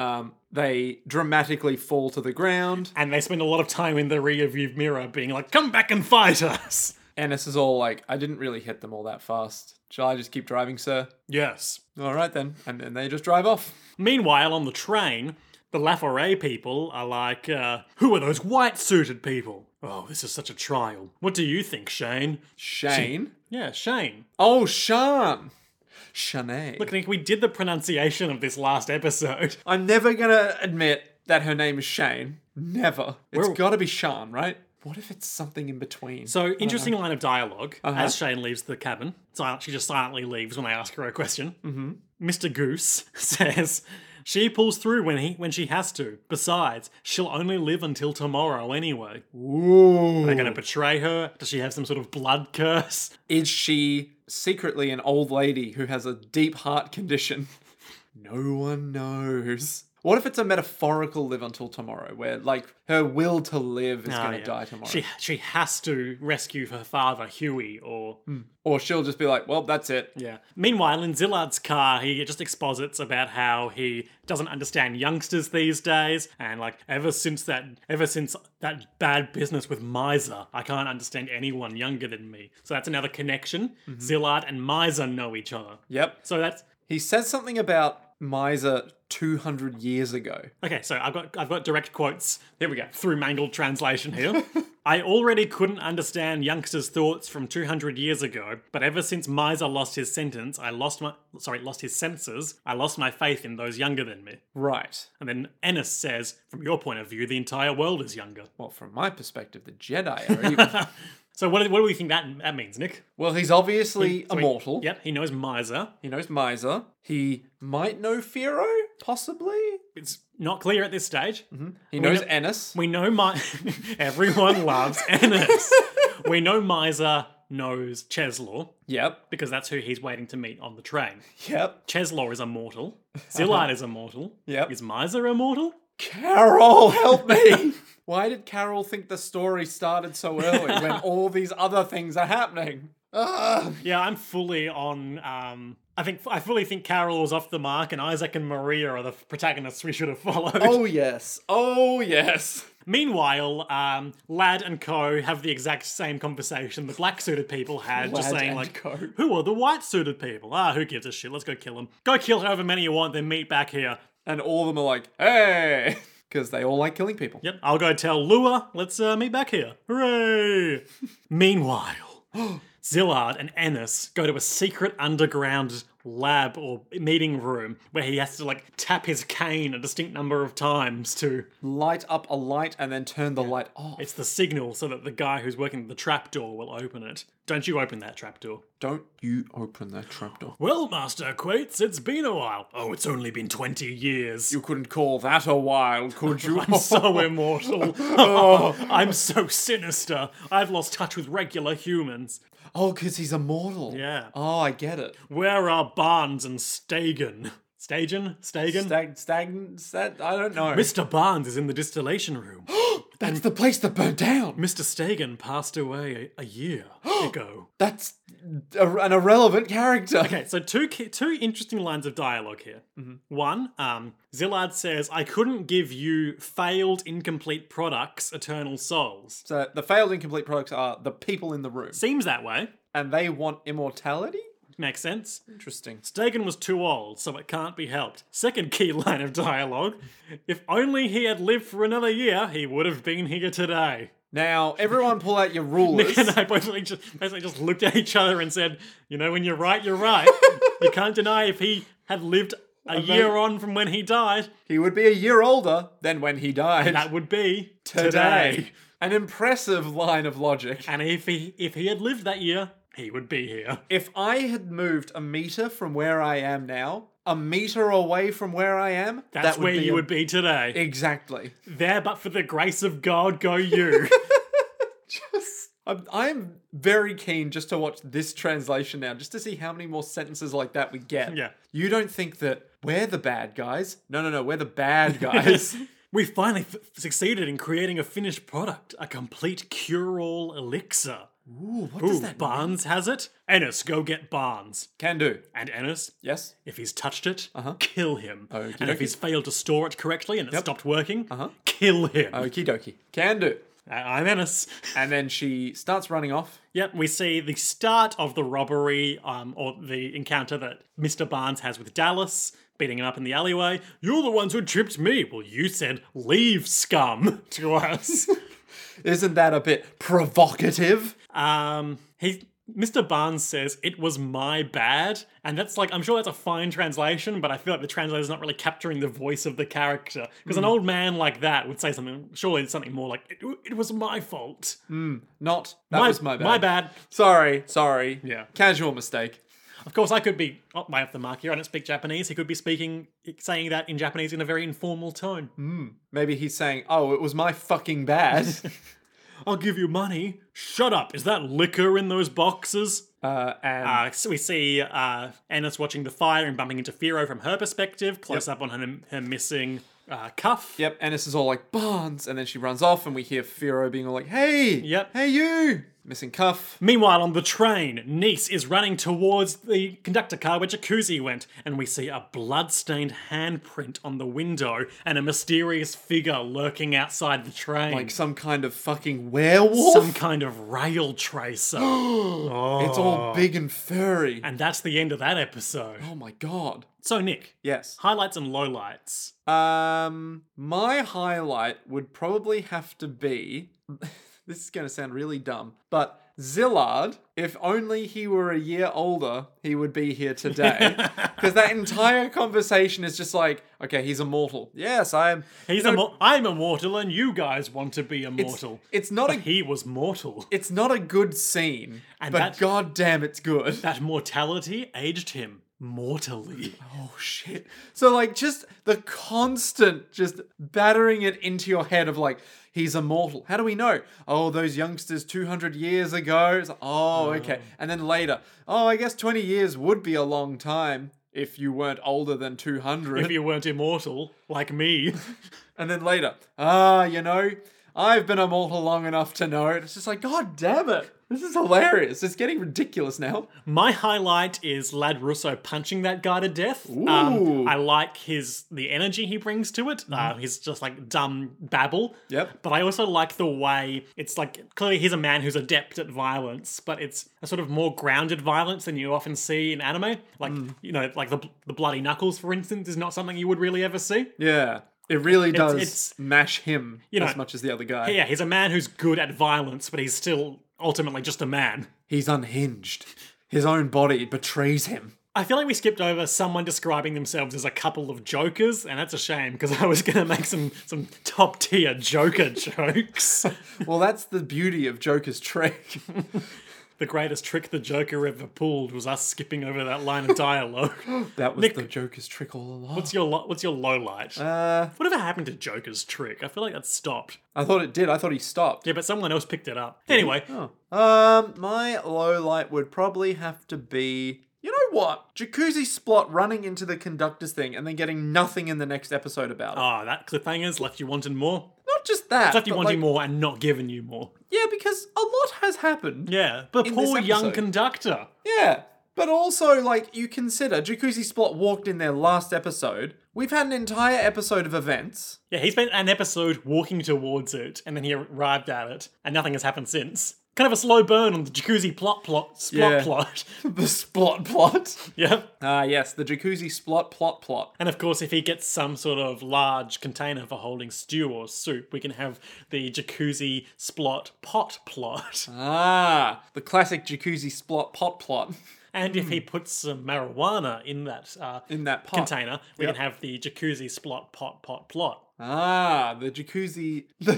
Um, they dramatically fall to the ground. and they spend a lot of time in the rearview mirror being like, come back and fight us! Ennis is all like, I didn't really hit them all that fast. Shall I just keep driving, sir? Yes. All right then. And then they just drive off. Meanwhile, on the train, the Laforet people are like, uh, who are those white suited people? Oh, this is such a trial. What do you think, Shane? Shane. Yeah, Shane. Oh, Sean. Shanae. Look, Nick, we did the pronunciation of this last episode. I'm never gonna admit that her name is Shane. Never. It's We're- gotta be Sean, right? What if it's something in between? So interesting line of dialog Uh-huh. as Shane leaves the cabin. Sil- She just silently leaves when I ask her a question. Mm-hmm. Mr. Goose says she pulls through when he when she has to. Besides, she'll only live until tomorrow anyway. Ooh. They're gonna betray her. Does she have some sort of blood curse? Is she secretly an old lady who has a deep heart condition? No one knows. What if it's a metaphorical live until tomorrow, where like her will to live is gonna Uh, Yeah. die tomorrow, She she has to rescue her father Huey or or she'll just be like, "Well, that's it." Yeah. Meanwhile, in Zillard's car, he just exposits about how he doesn't understand youngsters these days, and like ever since that, ever since that bad business with Miser, I can't understand anyone younger than me. So that's another connection. Zillard and Miser know each other. Yep. So that's He says something about miser 200 years ago. Okay, so I've got I've got direct quotes. Here we go. Through mangled translation here. I already couldn't understand youngsters' thoughts from 200 years ago, but ever since Miser lost his sentence, I lost my sorry, lost his senses. I lost my faith in those younger than me. Right. And then Ennis says, from your point of view, the entire world is younger. Well, from my perspective, the Jedi are even So what do, what do we think that that means, Nick? Well, he's obviously So he- immortal. Yep, he knows Miser. He knows Miser. He might know Firo, possibly. It's not clear at this stage. He knows know- Ennis. We know my everyone loves Ennis. we know Miser knows Cheslaw. Yep. because that's who he's waiting to meet on the train. Yep. Cheslaw is immortal. Zillard is immortal. Yep. Is Miser immortal? Carol, help me. Why did Carol think the story started so early when all these other things are happening? Ugh. Yeah, I'm fully on. Um, I think I fully think Carol was off the mark, and Isaac and Maria are the protagonists we should have followed. Oh yes. Oh yes. Meanwhile, um, Lad and Co have the exact same conversation the black suited people had, just Lad saying and like, Co. "Who are the white suited people? Ah, who gives a shit? Let's go kill them. Go kill however many you want. Then meet back here. And all of them are like, hey, because they all like killing people. Yep, I'll go tell Lua. Let's uh, meet back here. Hooray! Meanwhile, Zillard and Ennis go to a secret underground lab or meeting room where he has to like tap his cane a distinct number of times to Light up a light and then turn the light off. it's the signal so that the guy who's working the trapdoor will open it. Don't you open that trapdoor. Don't you open that trapdoor. Well, Master Quates, it's been a while. Oh, it's only been 20 years. You couldn't call that a while, could you? Oh, I'm so immortal. Oh, I'm so sinister. I've lost touch with regular humans. oh, because he's immortal. Yeah. Oh, I get it. Where are Barnes and Stegan? Stagen? Stagen? Stag, stag, stag I don't know. Mr. Barnes is in the distillation room. That's the place that burnt down. Mr. Stagen passed away a, a year ago. That's a, an irrelevant character. Okay, so two ki- two interesting lines of dialogue here. One, um, Zillard says, "I couldn't give you failed, incomplete products, eternal souls." So the failed incomplete products are the people in the room, Seems that way. and they want immortality. Makes sense. Interesting. Stegan was too old, so it can't be helped. Second key line of dialogue: If only he had lived for another year, he would have been here today. Now, everyone, pull out your rulers. Nick and I both like, just, basically just looked at each other and said, "You know, when you're right, you're right. you can't deny if he had lived a year on from when he died, he would be a year older than when he died. that would be today. An impressive line of logic. And if he if he had lived that year, he would be here. If I had moved a meter from where I am now, a meter away from where I am, That's that would where be you a- would be today. exactly. there, but for the grace of God, go you. I'm, I'm very keen just to watch this translation now, just to see how many more sentences like that we get. Yeah. You don't think that we're the bad guys? No, no, no. We're the bad guys. we finally f- succeeded in creating a finished product, a complete cure-all elixir. Ooh, what Ooh, does that Barnes has it. Ennis, go get Barnes. can do? And Ennis, Yes. If he's touched it, kill him. Okey and dokey. if he's failed to store it correctly and it stopped working, kill him. Okie dokie. Can do. I- I'm Ennis. And then she starts running off. yep, we see the start of the robbery um, or the encounter that Mr. Barnes has with Dallas, beating him up in the alleyway. You're the ones who tripped me. Well, you said, leave scum to us. Isn't that a bit provocative? um, he. Mr. Barnes says it was my bad, and that's like I'm sure that's a fine translation, but I feel like the translator's not really capturing the voice of the character because an Hmm. old man like that would say something. Surely it's something more like it, it was my fault. Not that was my bad. My bad. Sorry, sorry. Yeah. Casual mistake. Of course, I could be oh, way off the mark here. I don't speak Japanese. He could be speaking, saying that in Japanese in a very informal tone. Hmm. Maybe he's saying, "Oh, it was my fucking bad." I'll give you money. Shut up. Is that liquor in those boxes? uh, and Uh, so we see uh, Anna's watching the fire and bumping into Firo from her perspective, close up on her, her missing uh, cuff. yep, Ennis is all like Barnes, and then she runs off, and we hear Firo being all like, "Hey, Yep. hey you, missing cuff." Meanwhile, on the train, Nice is running towards the conductor car where Jacuzzi went, and we see a blood-stained handprint on the window and a mysterious figure lurking outside the train. Like some kind of fucking werewolf. some kind of rail tracer. It's all big and furry. Oh. and that's the end of that episode. oh my god. So, Nick, Yes. highlights and lowlights. Um, my highlight would probably have to be. this is going to sound really dumb, but Zillard. If only he were a year older, he would be here today. Because that entire conversation is just like, okay, he's immortal. Yes, I'm. He's immo- I'm immortal, and you guys want to be immortal. It's not a. he was mortal. It's not a good scene, And but that- god damn, it's good. That mortality aged him mortally. Oh shit. So like just the constant just battering it into your head of like he's immortal. How do we know? Oh, those youngsters 200 years ago. It's like, oh, okay. And then later, oh, I guess 20 years would be a long time if you weren't older than 200. If you weren't immortal, like me. and then later, ah, you know, I've been immortal long enough to know it. It's just like god damn it. This is hilarious. It's getting ridiculous now. My highlight is Lad Russo punching that guy to death. Um, Ooh. Mm-hmm. I like his the energy he brings to it. Uh, he's just like dumb babble. Yep. But I also like the way it's like clearly he's a man who's adept at violence, but it's a sort of more grounded violence than you often see in anime. Like Mm. you know, like the the bloody knuckles, for instance, is not something you would really ever see. Yeah. It really does it's- mash him know- as much as the other guy. Yeah, he's a man who's good at violence, but he's still ultimately just a man. He's unhinged. His own body betrays him. I feel like we skipped over someone describing themselves as a couple of jokers, and that's a shame because I was going to make some some top tier Joker jokes. Well, that's the beauty of Joker's trick. the greatest trick the Joker ever pulled was us skipping over that line of dialogue. That was the Joker's trick all along. what's your lo- what's your low light? uh, Whatever happened to Joker's trick? I feel like that's stopped. I thought it did. I thought he stopped. Yeah, but someone else picked it up. Anyway, Um, my low light would probably have to be. You know what? Jacuzzi Splot running into the conductor's thing and then getting nothing in the next episode about it. ah, that cliffhanger's left you wanting more. Not just that. Left you but, wanting like, more and not giving you more. Yeah, because a lot has happened. Yeah, but In poor this young episode. conductor. Yeah. But also, like, you consider Jacuzzi Splot walked in their last episode. We've had an entire episode of events. Yeah, he spent an episode walking towards it, and then he arrived at it, and nothing has happened since. Kind of a slow burn on the jacuzzi plot plot plot Yeah. plot. the Splot plot. yeah. Ah, yes, the Jacuzzi Splot plot plot. And of course, if he gets some sort of large container for holding stew or soup, we can have the jacuzzi splot pot plot. Ah, the classic Jacuzzi Splot pot plot And if he puts some marijuana in that uh, in that pot. container, we can have the jacuzzi splot pot pot plot. Ah, the Jacuzzi. The,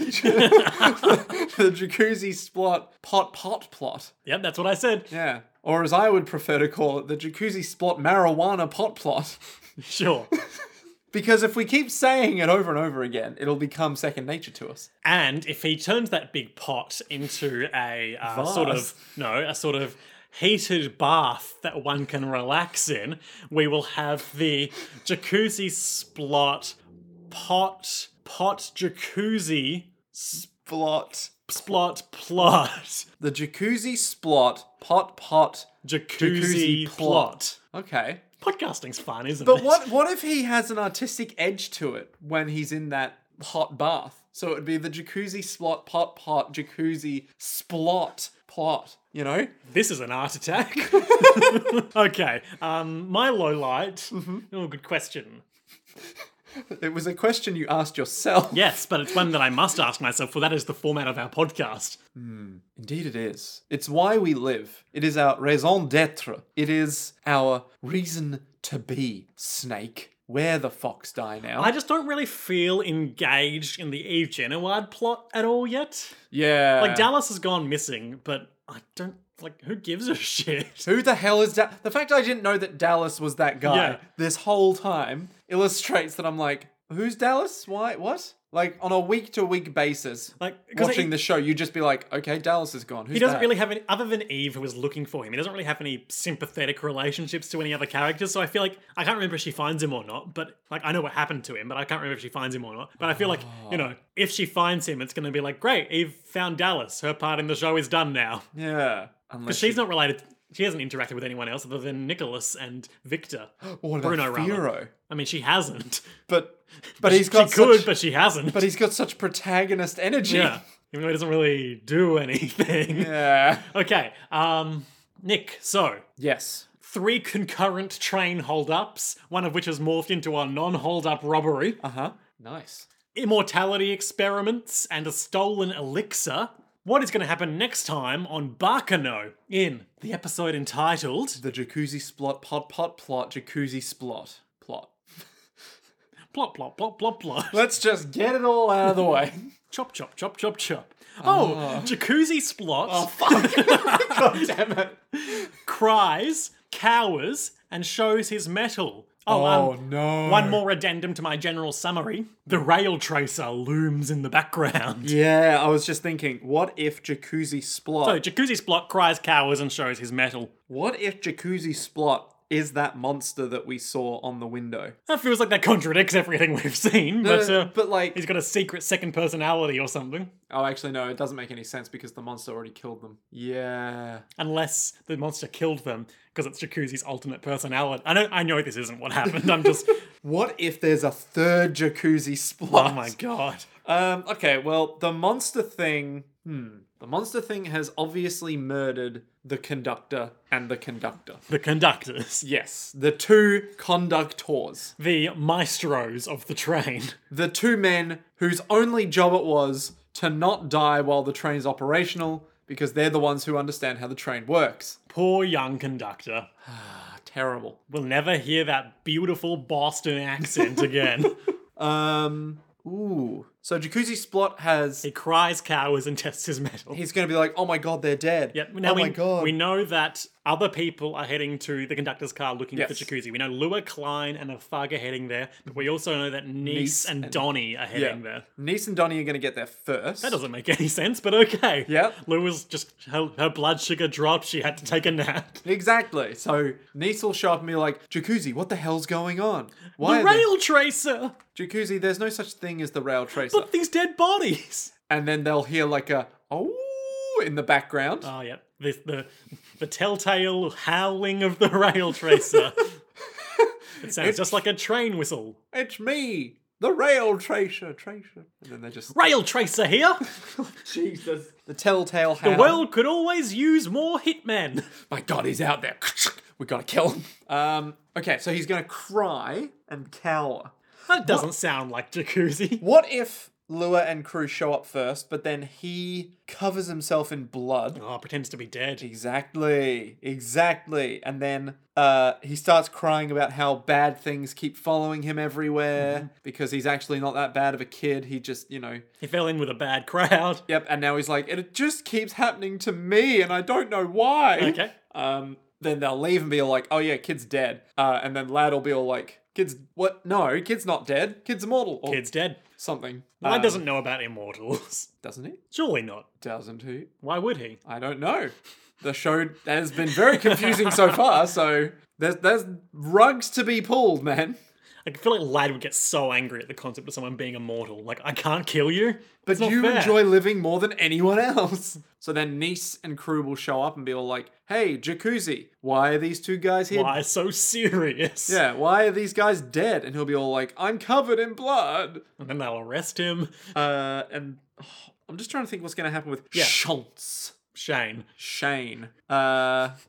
the Jacuzzi Splot pot pot plot. Yep, that's what I said. Yeah. Or as I would prefer to call it, the Jacuzzi Splot marijuana pot plot. Sure. Because if we keep saying it over and over again, it'll become second nature to us. And if he turns that big pot into a uh, Vase. sort of no, a sort of heated bath that one can relax in, we will have the jacuzzi splot pot pot jacuzzi Splot. splot plot The Jacuzzi Splot pot pot. jacuzzi, Jacuzzi plot. Okay. Podcasting's fun, isn't But it? what what if he has an artistic edge to it when he's in that hot bath? So it would be the jacuzzi splot pot pot jacuzzi splot plot, you know? This is an art attack. okay, um, my low light. Mm-hmm. Oh, good question. It was a question you asked yourself. Yes, but it's one that I must ask myself, for that is the format of our podcast. Indeed it is. It's why we live. It is our raison d'être. It is our reason to be, snake. Where the fox die now? I just don't really feel engaged in the Eve Genoward plot at all yet. yeah. Like Dallas has gone missing, but I don't like who gives a shit. Who the hell is that? the fact I didn't know that Dallas was that guy Yeah. this whole time illustrates that I'm like, who's Dallas? Why? What? Like on a week to week basis, Like 'cause watching he, the show, you'd just be like, okay, Dallas is gone. Who's he doesn't that? really have any other than Eve who is looking for him. He doesn't really have any sympathetic relationships to any other characters. So I feel like I can't remember if she finds him or not. But like I know what happened to him, but I can't remember if she finds him or not. But I feel like you know Ah. if she finds him, it's going to be like great. Eve found Dallas. Her part in the show is done now. Yeah. Unless She's not related. She hasn't interacted with anyone else other than Nicholas and Victor. what about Bruno rather. Firo? I mean, she hasn't. But but he's got she could, such, but she hasn't. but he's got such protagonist energy. yeah, even though he doesn't really do anything. Yeah. Okay, um, Nick. So Yes. three concurrent train holdups, one of which has morphed into a non-holdup robbery, Uh huh. Nice. immortality experiments, and a stolen elixir. What is going to happen next time on Barkano in the episode entitled The jacuzzi splot pot pot plot jacuzzi splot plot. Plop Plop Plop Plop Plop? Let's just get it all out of the way. Chop, chop, chop, chop, chop. Oh, Ah. jacuzzi splot Oh, God damn it. cries, cowers, and shows his metal. Oh, Oh um, no. one more addendum to my general summary. The rail tracer looms in the background. Yeah, I was just thinking, what if Jacuzzi Splot? So Jacuzzi Splot cries, cowers, and shows his metal. what if Jacuzzi Splot is that monster that we saw on the window? That feels like that contradicts everything we've seen, but, uh, but like, he's got a secret second personality or something. oh, actually, no, it doesn't make any sense because the monster already killed them. Yeah. Unless the monster killed them because it's Jacuzzi's alternate personality. I know, I know this isn't what happened. I'm just, What if there's a third Jacuzzi Splot? oh my god. Um, okay, well, the monster thing. Hmm. The monster thing has obviously murdered the conductor and the conductor. The conductors. Yes, the two conductors. the maestros of the train. the two men whose only job it was to not die while the train's operational because they're the ones who understand how the train works. Poor young conductor. terrible. We'll never hear that beautiful Boston accent again. Um, ooh. So Jacuzzi Splot has. he cries, cowers, and tests his metal. He's going to be like, oh my god, they're dead. Yep. Now oh we, my god. we know that other people are heading to the conductor's car looking for Yes. the jacuzzi. We know Lua Klein and Afaga heading there, but we also know that Niece Nice and, and- Donnie are heading yeah. there. Niece and Donnie are going to get there first. That doesn't make any sense, but okay. Yep. Lua's just her, her blood sugar dropped. She had to take a nap. Exactly. So Niece will show up and be like, Jacuzzi, what the hell's going on? Why The are there- rail tracer, Jacuzzi, there's no such thing as the rail tracer. but these dead bodies. and then they'll hear like a oh in the background. Oh yeah, the the, the telltale howling of the rail tracer. it sounds just like a train whistle. it's me, the rail tracer, tracer. And then they just Rail tracer here. Jesus, the telltale The world could always use more hitmen. My God, he's out there. We gotta kill him. Um. Okay, so he's gonna cry and cower. That doesn't sound like jacuzzi. What if Lua and crew show up first, but then he covers himself in blood? Oh, pretends to be dead. Exactly, exactly. And then uh, he starts crying about how bad things keep following him everywhere because he's actually not that bad of a kid. He just, you know, He fell in with a bad crowd. yep. And now he's like, it just keeps happening to me and I don't know why. Okay. Um, then they'll leave and be all like, oh yeah, kid's dead. Uh, and then lad will be all like, kid's what? No, kid's not dead. Kid's immortal or Kid's dead. something. Why Um, doesn't know about immortals? doesn't he? Surely not. Doesn't he? Why would he? I don't know. The show has been very confusing so far, so there's there's rugs to be pulled, man. I feel like Lad would get so angry at the concept of someone being immortal. Like, I can't kill you. But It's not you fair. enjoy living more than anyone else. So then Nice and crew will show up and be all like, "Hey, Jacuzzi, why are these two guys here? Why so serious? Yeah, why are these guys dead?" And he'll be all like, "I'm covered in blood." And then they'll arrest him. Uh, and oh, I'm just trying to think what's going to happen with Yeah. Schultz, Shane, Shane. Uh,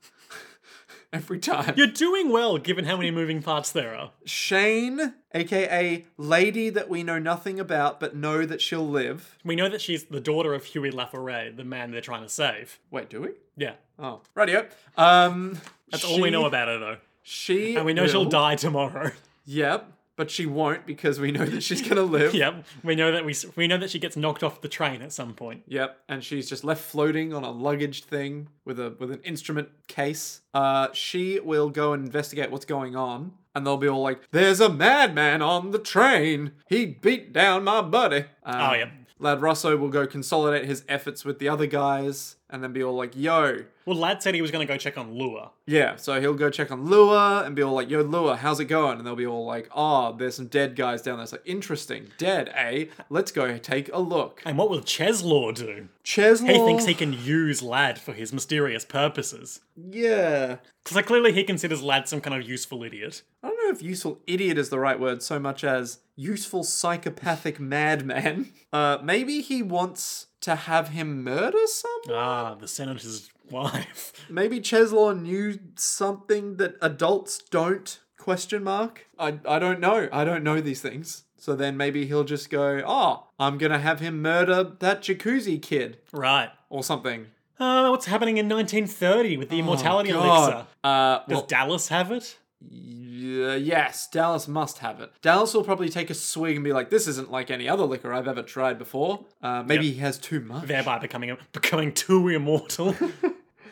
every time. you're doing well given how many moving parts there are. Shane, aka lady that we know nothing about but know that she'll live. We know that she's the daughter of Huey Laforet, the man they're trying to save. Wait, do we? Yeah. Oh, radio. Um, That's all we know about her, though. She And we know she'll will- die tomorrow. Yep, but she won't because we know that she's gonna live. yep. We know that we s- we know that she gets knocked off the train at some point. Yep, and she's just left floating on a luggage thing with a with an instrument case. Uh, she will go and investigate what's going on, and they'll be all like, "There's a madman on the train. He beat down my buddy." Um, Oh, yep. Lad Russo will go consolidate his efforts with the other guys, and then be all like, "Yo, Well, Lad said he was going to go check on Lua. Yeah, so he'll go check on Lua and be all like, "Yo, Lua, how's it going?" And they'll be all like, "Ah, there's some dead guys down there." It's like, "Interesting, dead, eh? Let's go take a look." And what will Cheslaw do? Cheslaw, He thinks he can use Lad for his mysterious purposes. yeah. So clearly he considers Lad some kind of useful idiot. I don't know if useful idiot is the right word so much as useful psychopathic madman. Uh, maybe he wants to have him murder someone. Ah, the senator's wife. Maybe Cheslaw knew something that adults don't? Question mark. I I don't know. I don't know these things. So then maybe he'll just go, oh, I'm gonna have him murder that jacuzzi kid Right. or something. Uh, what's happening in 1930 with the immortality Oh, elixir? Uh, Does well, Dallas have it? y- uh, yes, Dallas must have it. Dallas will probably take a swig and be like, this isn't like any other liquor I've ever tried before. Uh, maybe he has too much. Thereby becoming becoming too immortal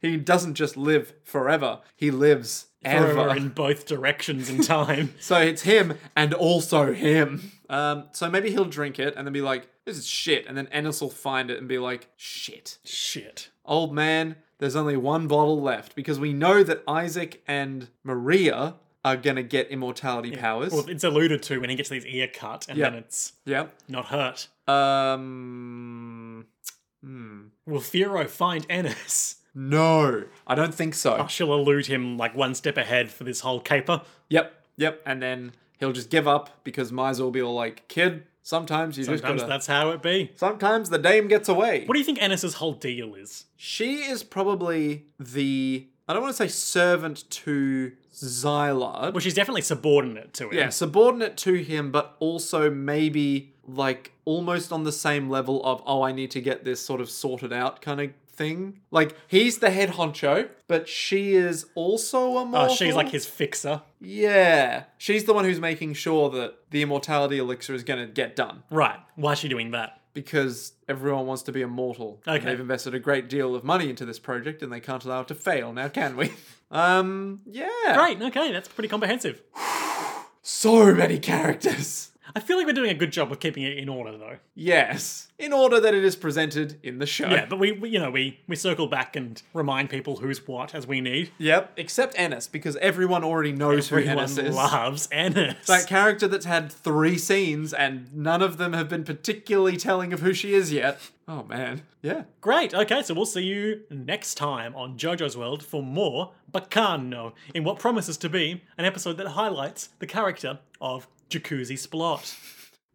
he doesn't just live forever. He lives forever ever. in both directions in time. So it's him and also him. Um, so maybe he'll drink it and then be like, this is shit. And then Ennis will find it and be like, shit. Shit. Old man, there's only one bottle left because we know that Isaac and Maria are going to get immortality powers. Well, it's alluded to when he gets his ear cut and Yeah. then it's yep. not hurt. Um, hmm. Will Firo find Ennis? No, I don't think so. She'll elude him like one step ahead for this whole caper. Yep, yep. And then he'll just give up because Miser will be all like, kid, sometimes you just Sometimes gotta... that's how it be. Sometimes the dame gets away. What do you think Ennis's whole deal is? She is probably the I don't want to say servant to Xylard. Well, she's definitely subordinate to him. yeah, subordinate to him, but also maybe like almost on the same level of oh, I need to get this sort of sorted out kind of thing. Like he's the head honcho, but she is also a Uh, mortal. she's like his fixer. Yeah, she's the one who's making sure that the immortality elixir is going to get done Right. Why is she doing that? because everyone wants to be immortal. And Okay. They've invested a great deal of money into this project and they can't allow it to fail. Now can we? Um, yeah. Great. Okay, that's pretty comprehensive. So many characters. I feel like we're doing a good job of keeping it in order, though. Yes, in order that it is presented in the show. Yeah, but we, we you know, we we circle back and remind people who's what as we need. Yep, except Ennis because everyone already knows who Everyone Ennis is. loves Ennis. that character that's had three scenes and none of them have been particularly telling of who she is yet. Oh man. Yeah. Great. Okay, so we'll see you next time on JoJo's World for more Bacano in what promises to be an episode that highlights the character of Jacuzzi Splot.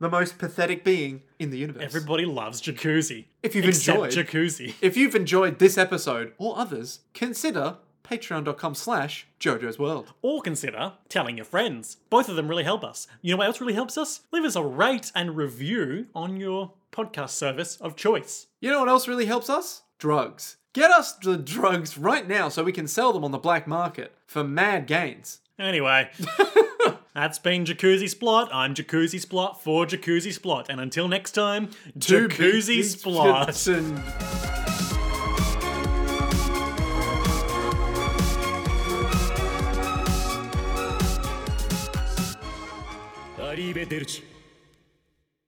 The most pathetic being in the universe. Everybody loves Jacuzzi. If you've except enjoyed- Jacuzzi. if you've enjoyed this episode or others, consider patreon.com slash JoJo's World. Or consider telling your friends. Both of them really help us. You know what else really helps us? Leave us a rate and review on your podcast service of choice. You know what else really helps us? Drugs. Get us the drugs right now so we can sell them on the black market for mad gains. Anyway, that's been Jacuzzi Splot. I'm Jacuzzi Splot for Jacuzzi Splot. And until next time, Two Jacuzzi beats Splot. and- arrivederci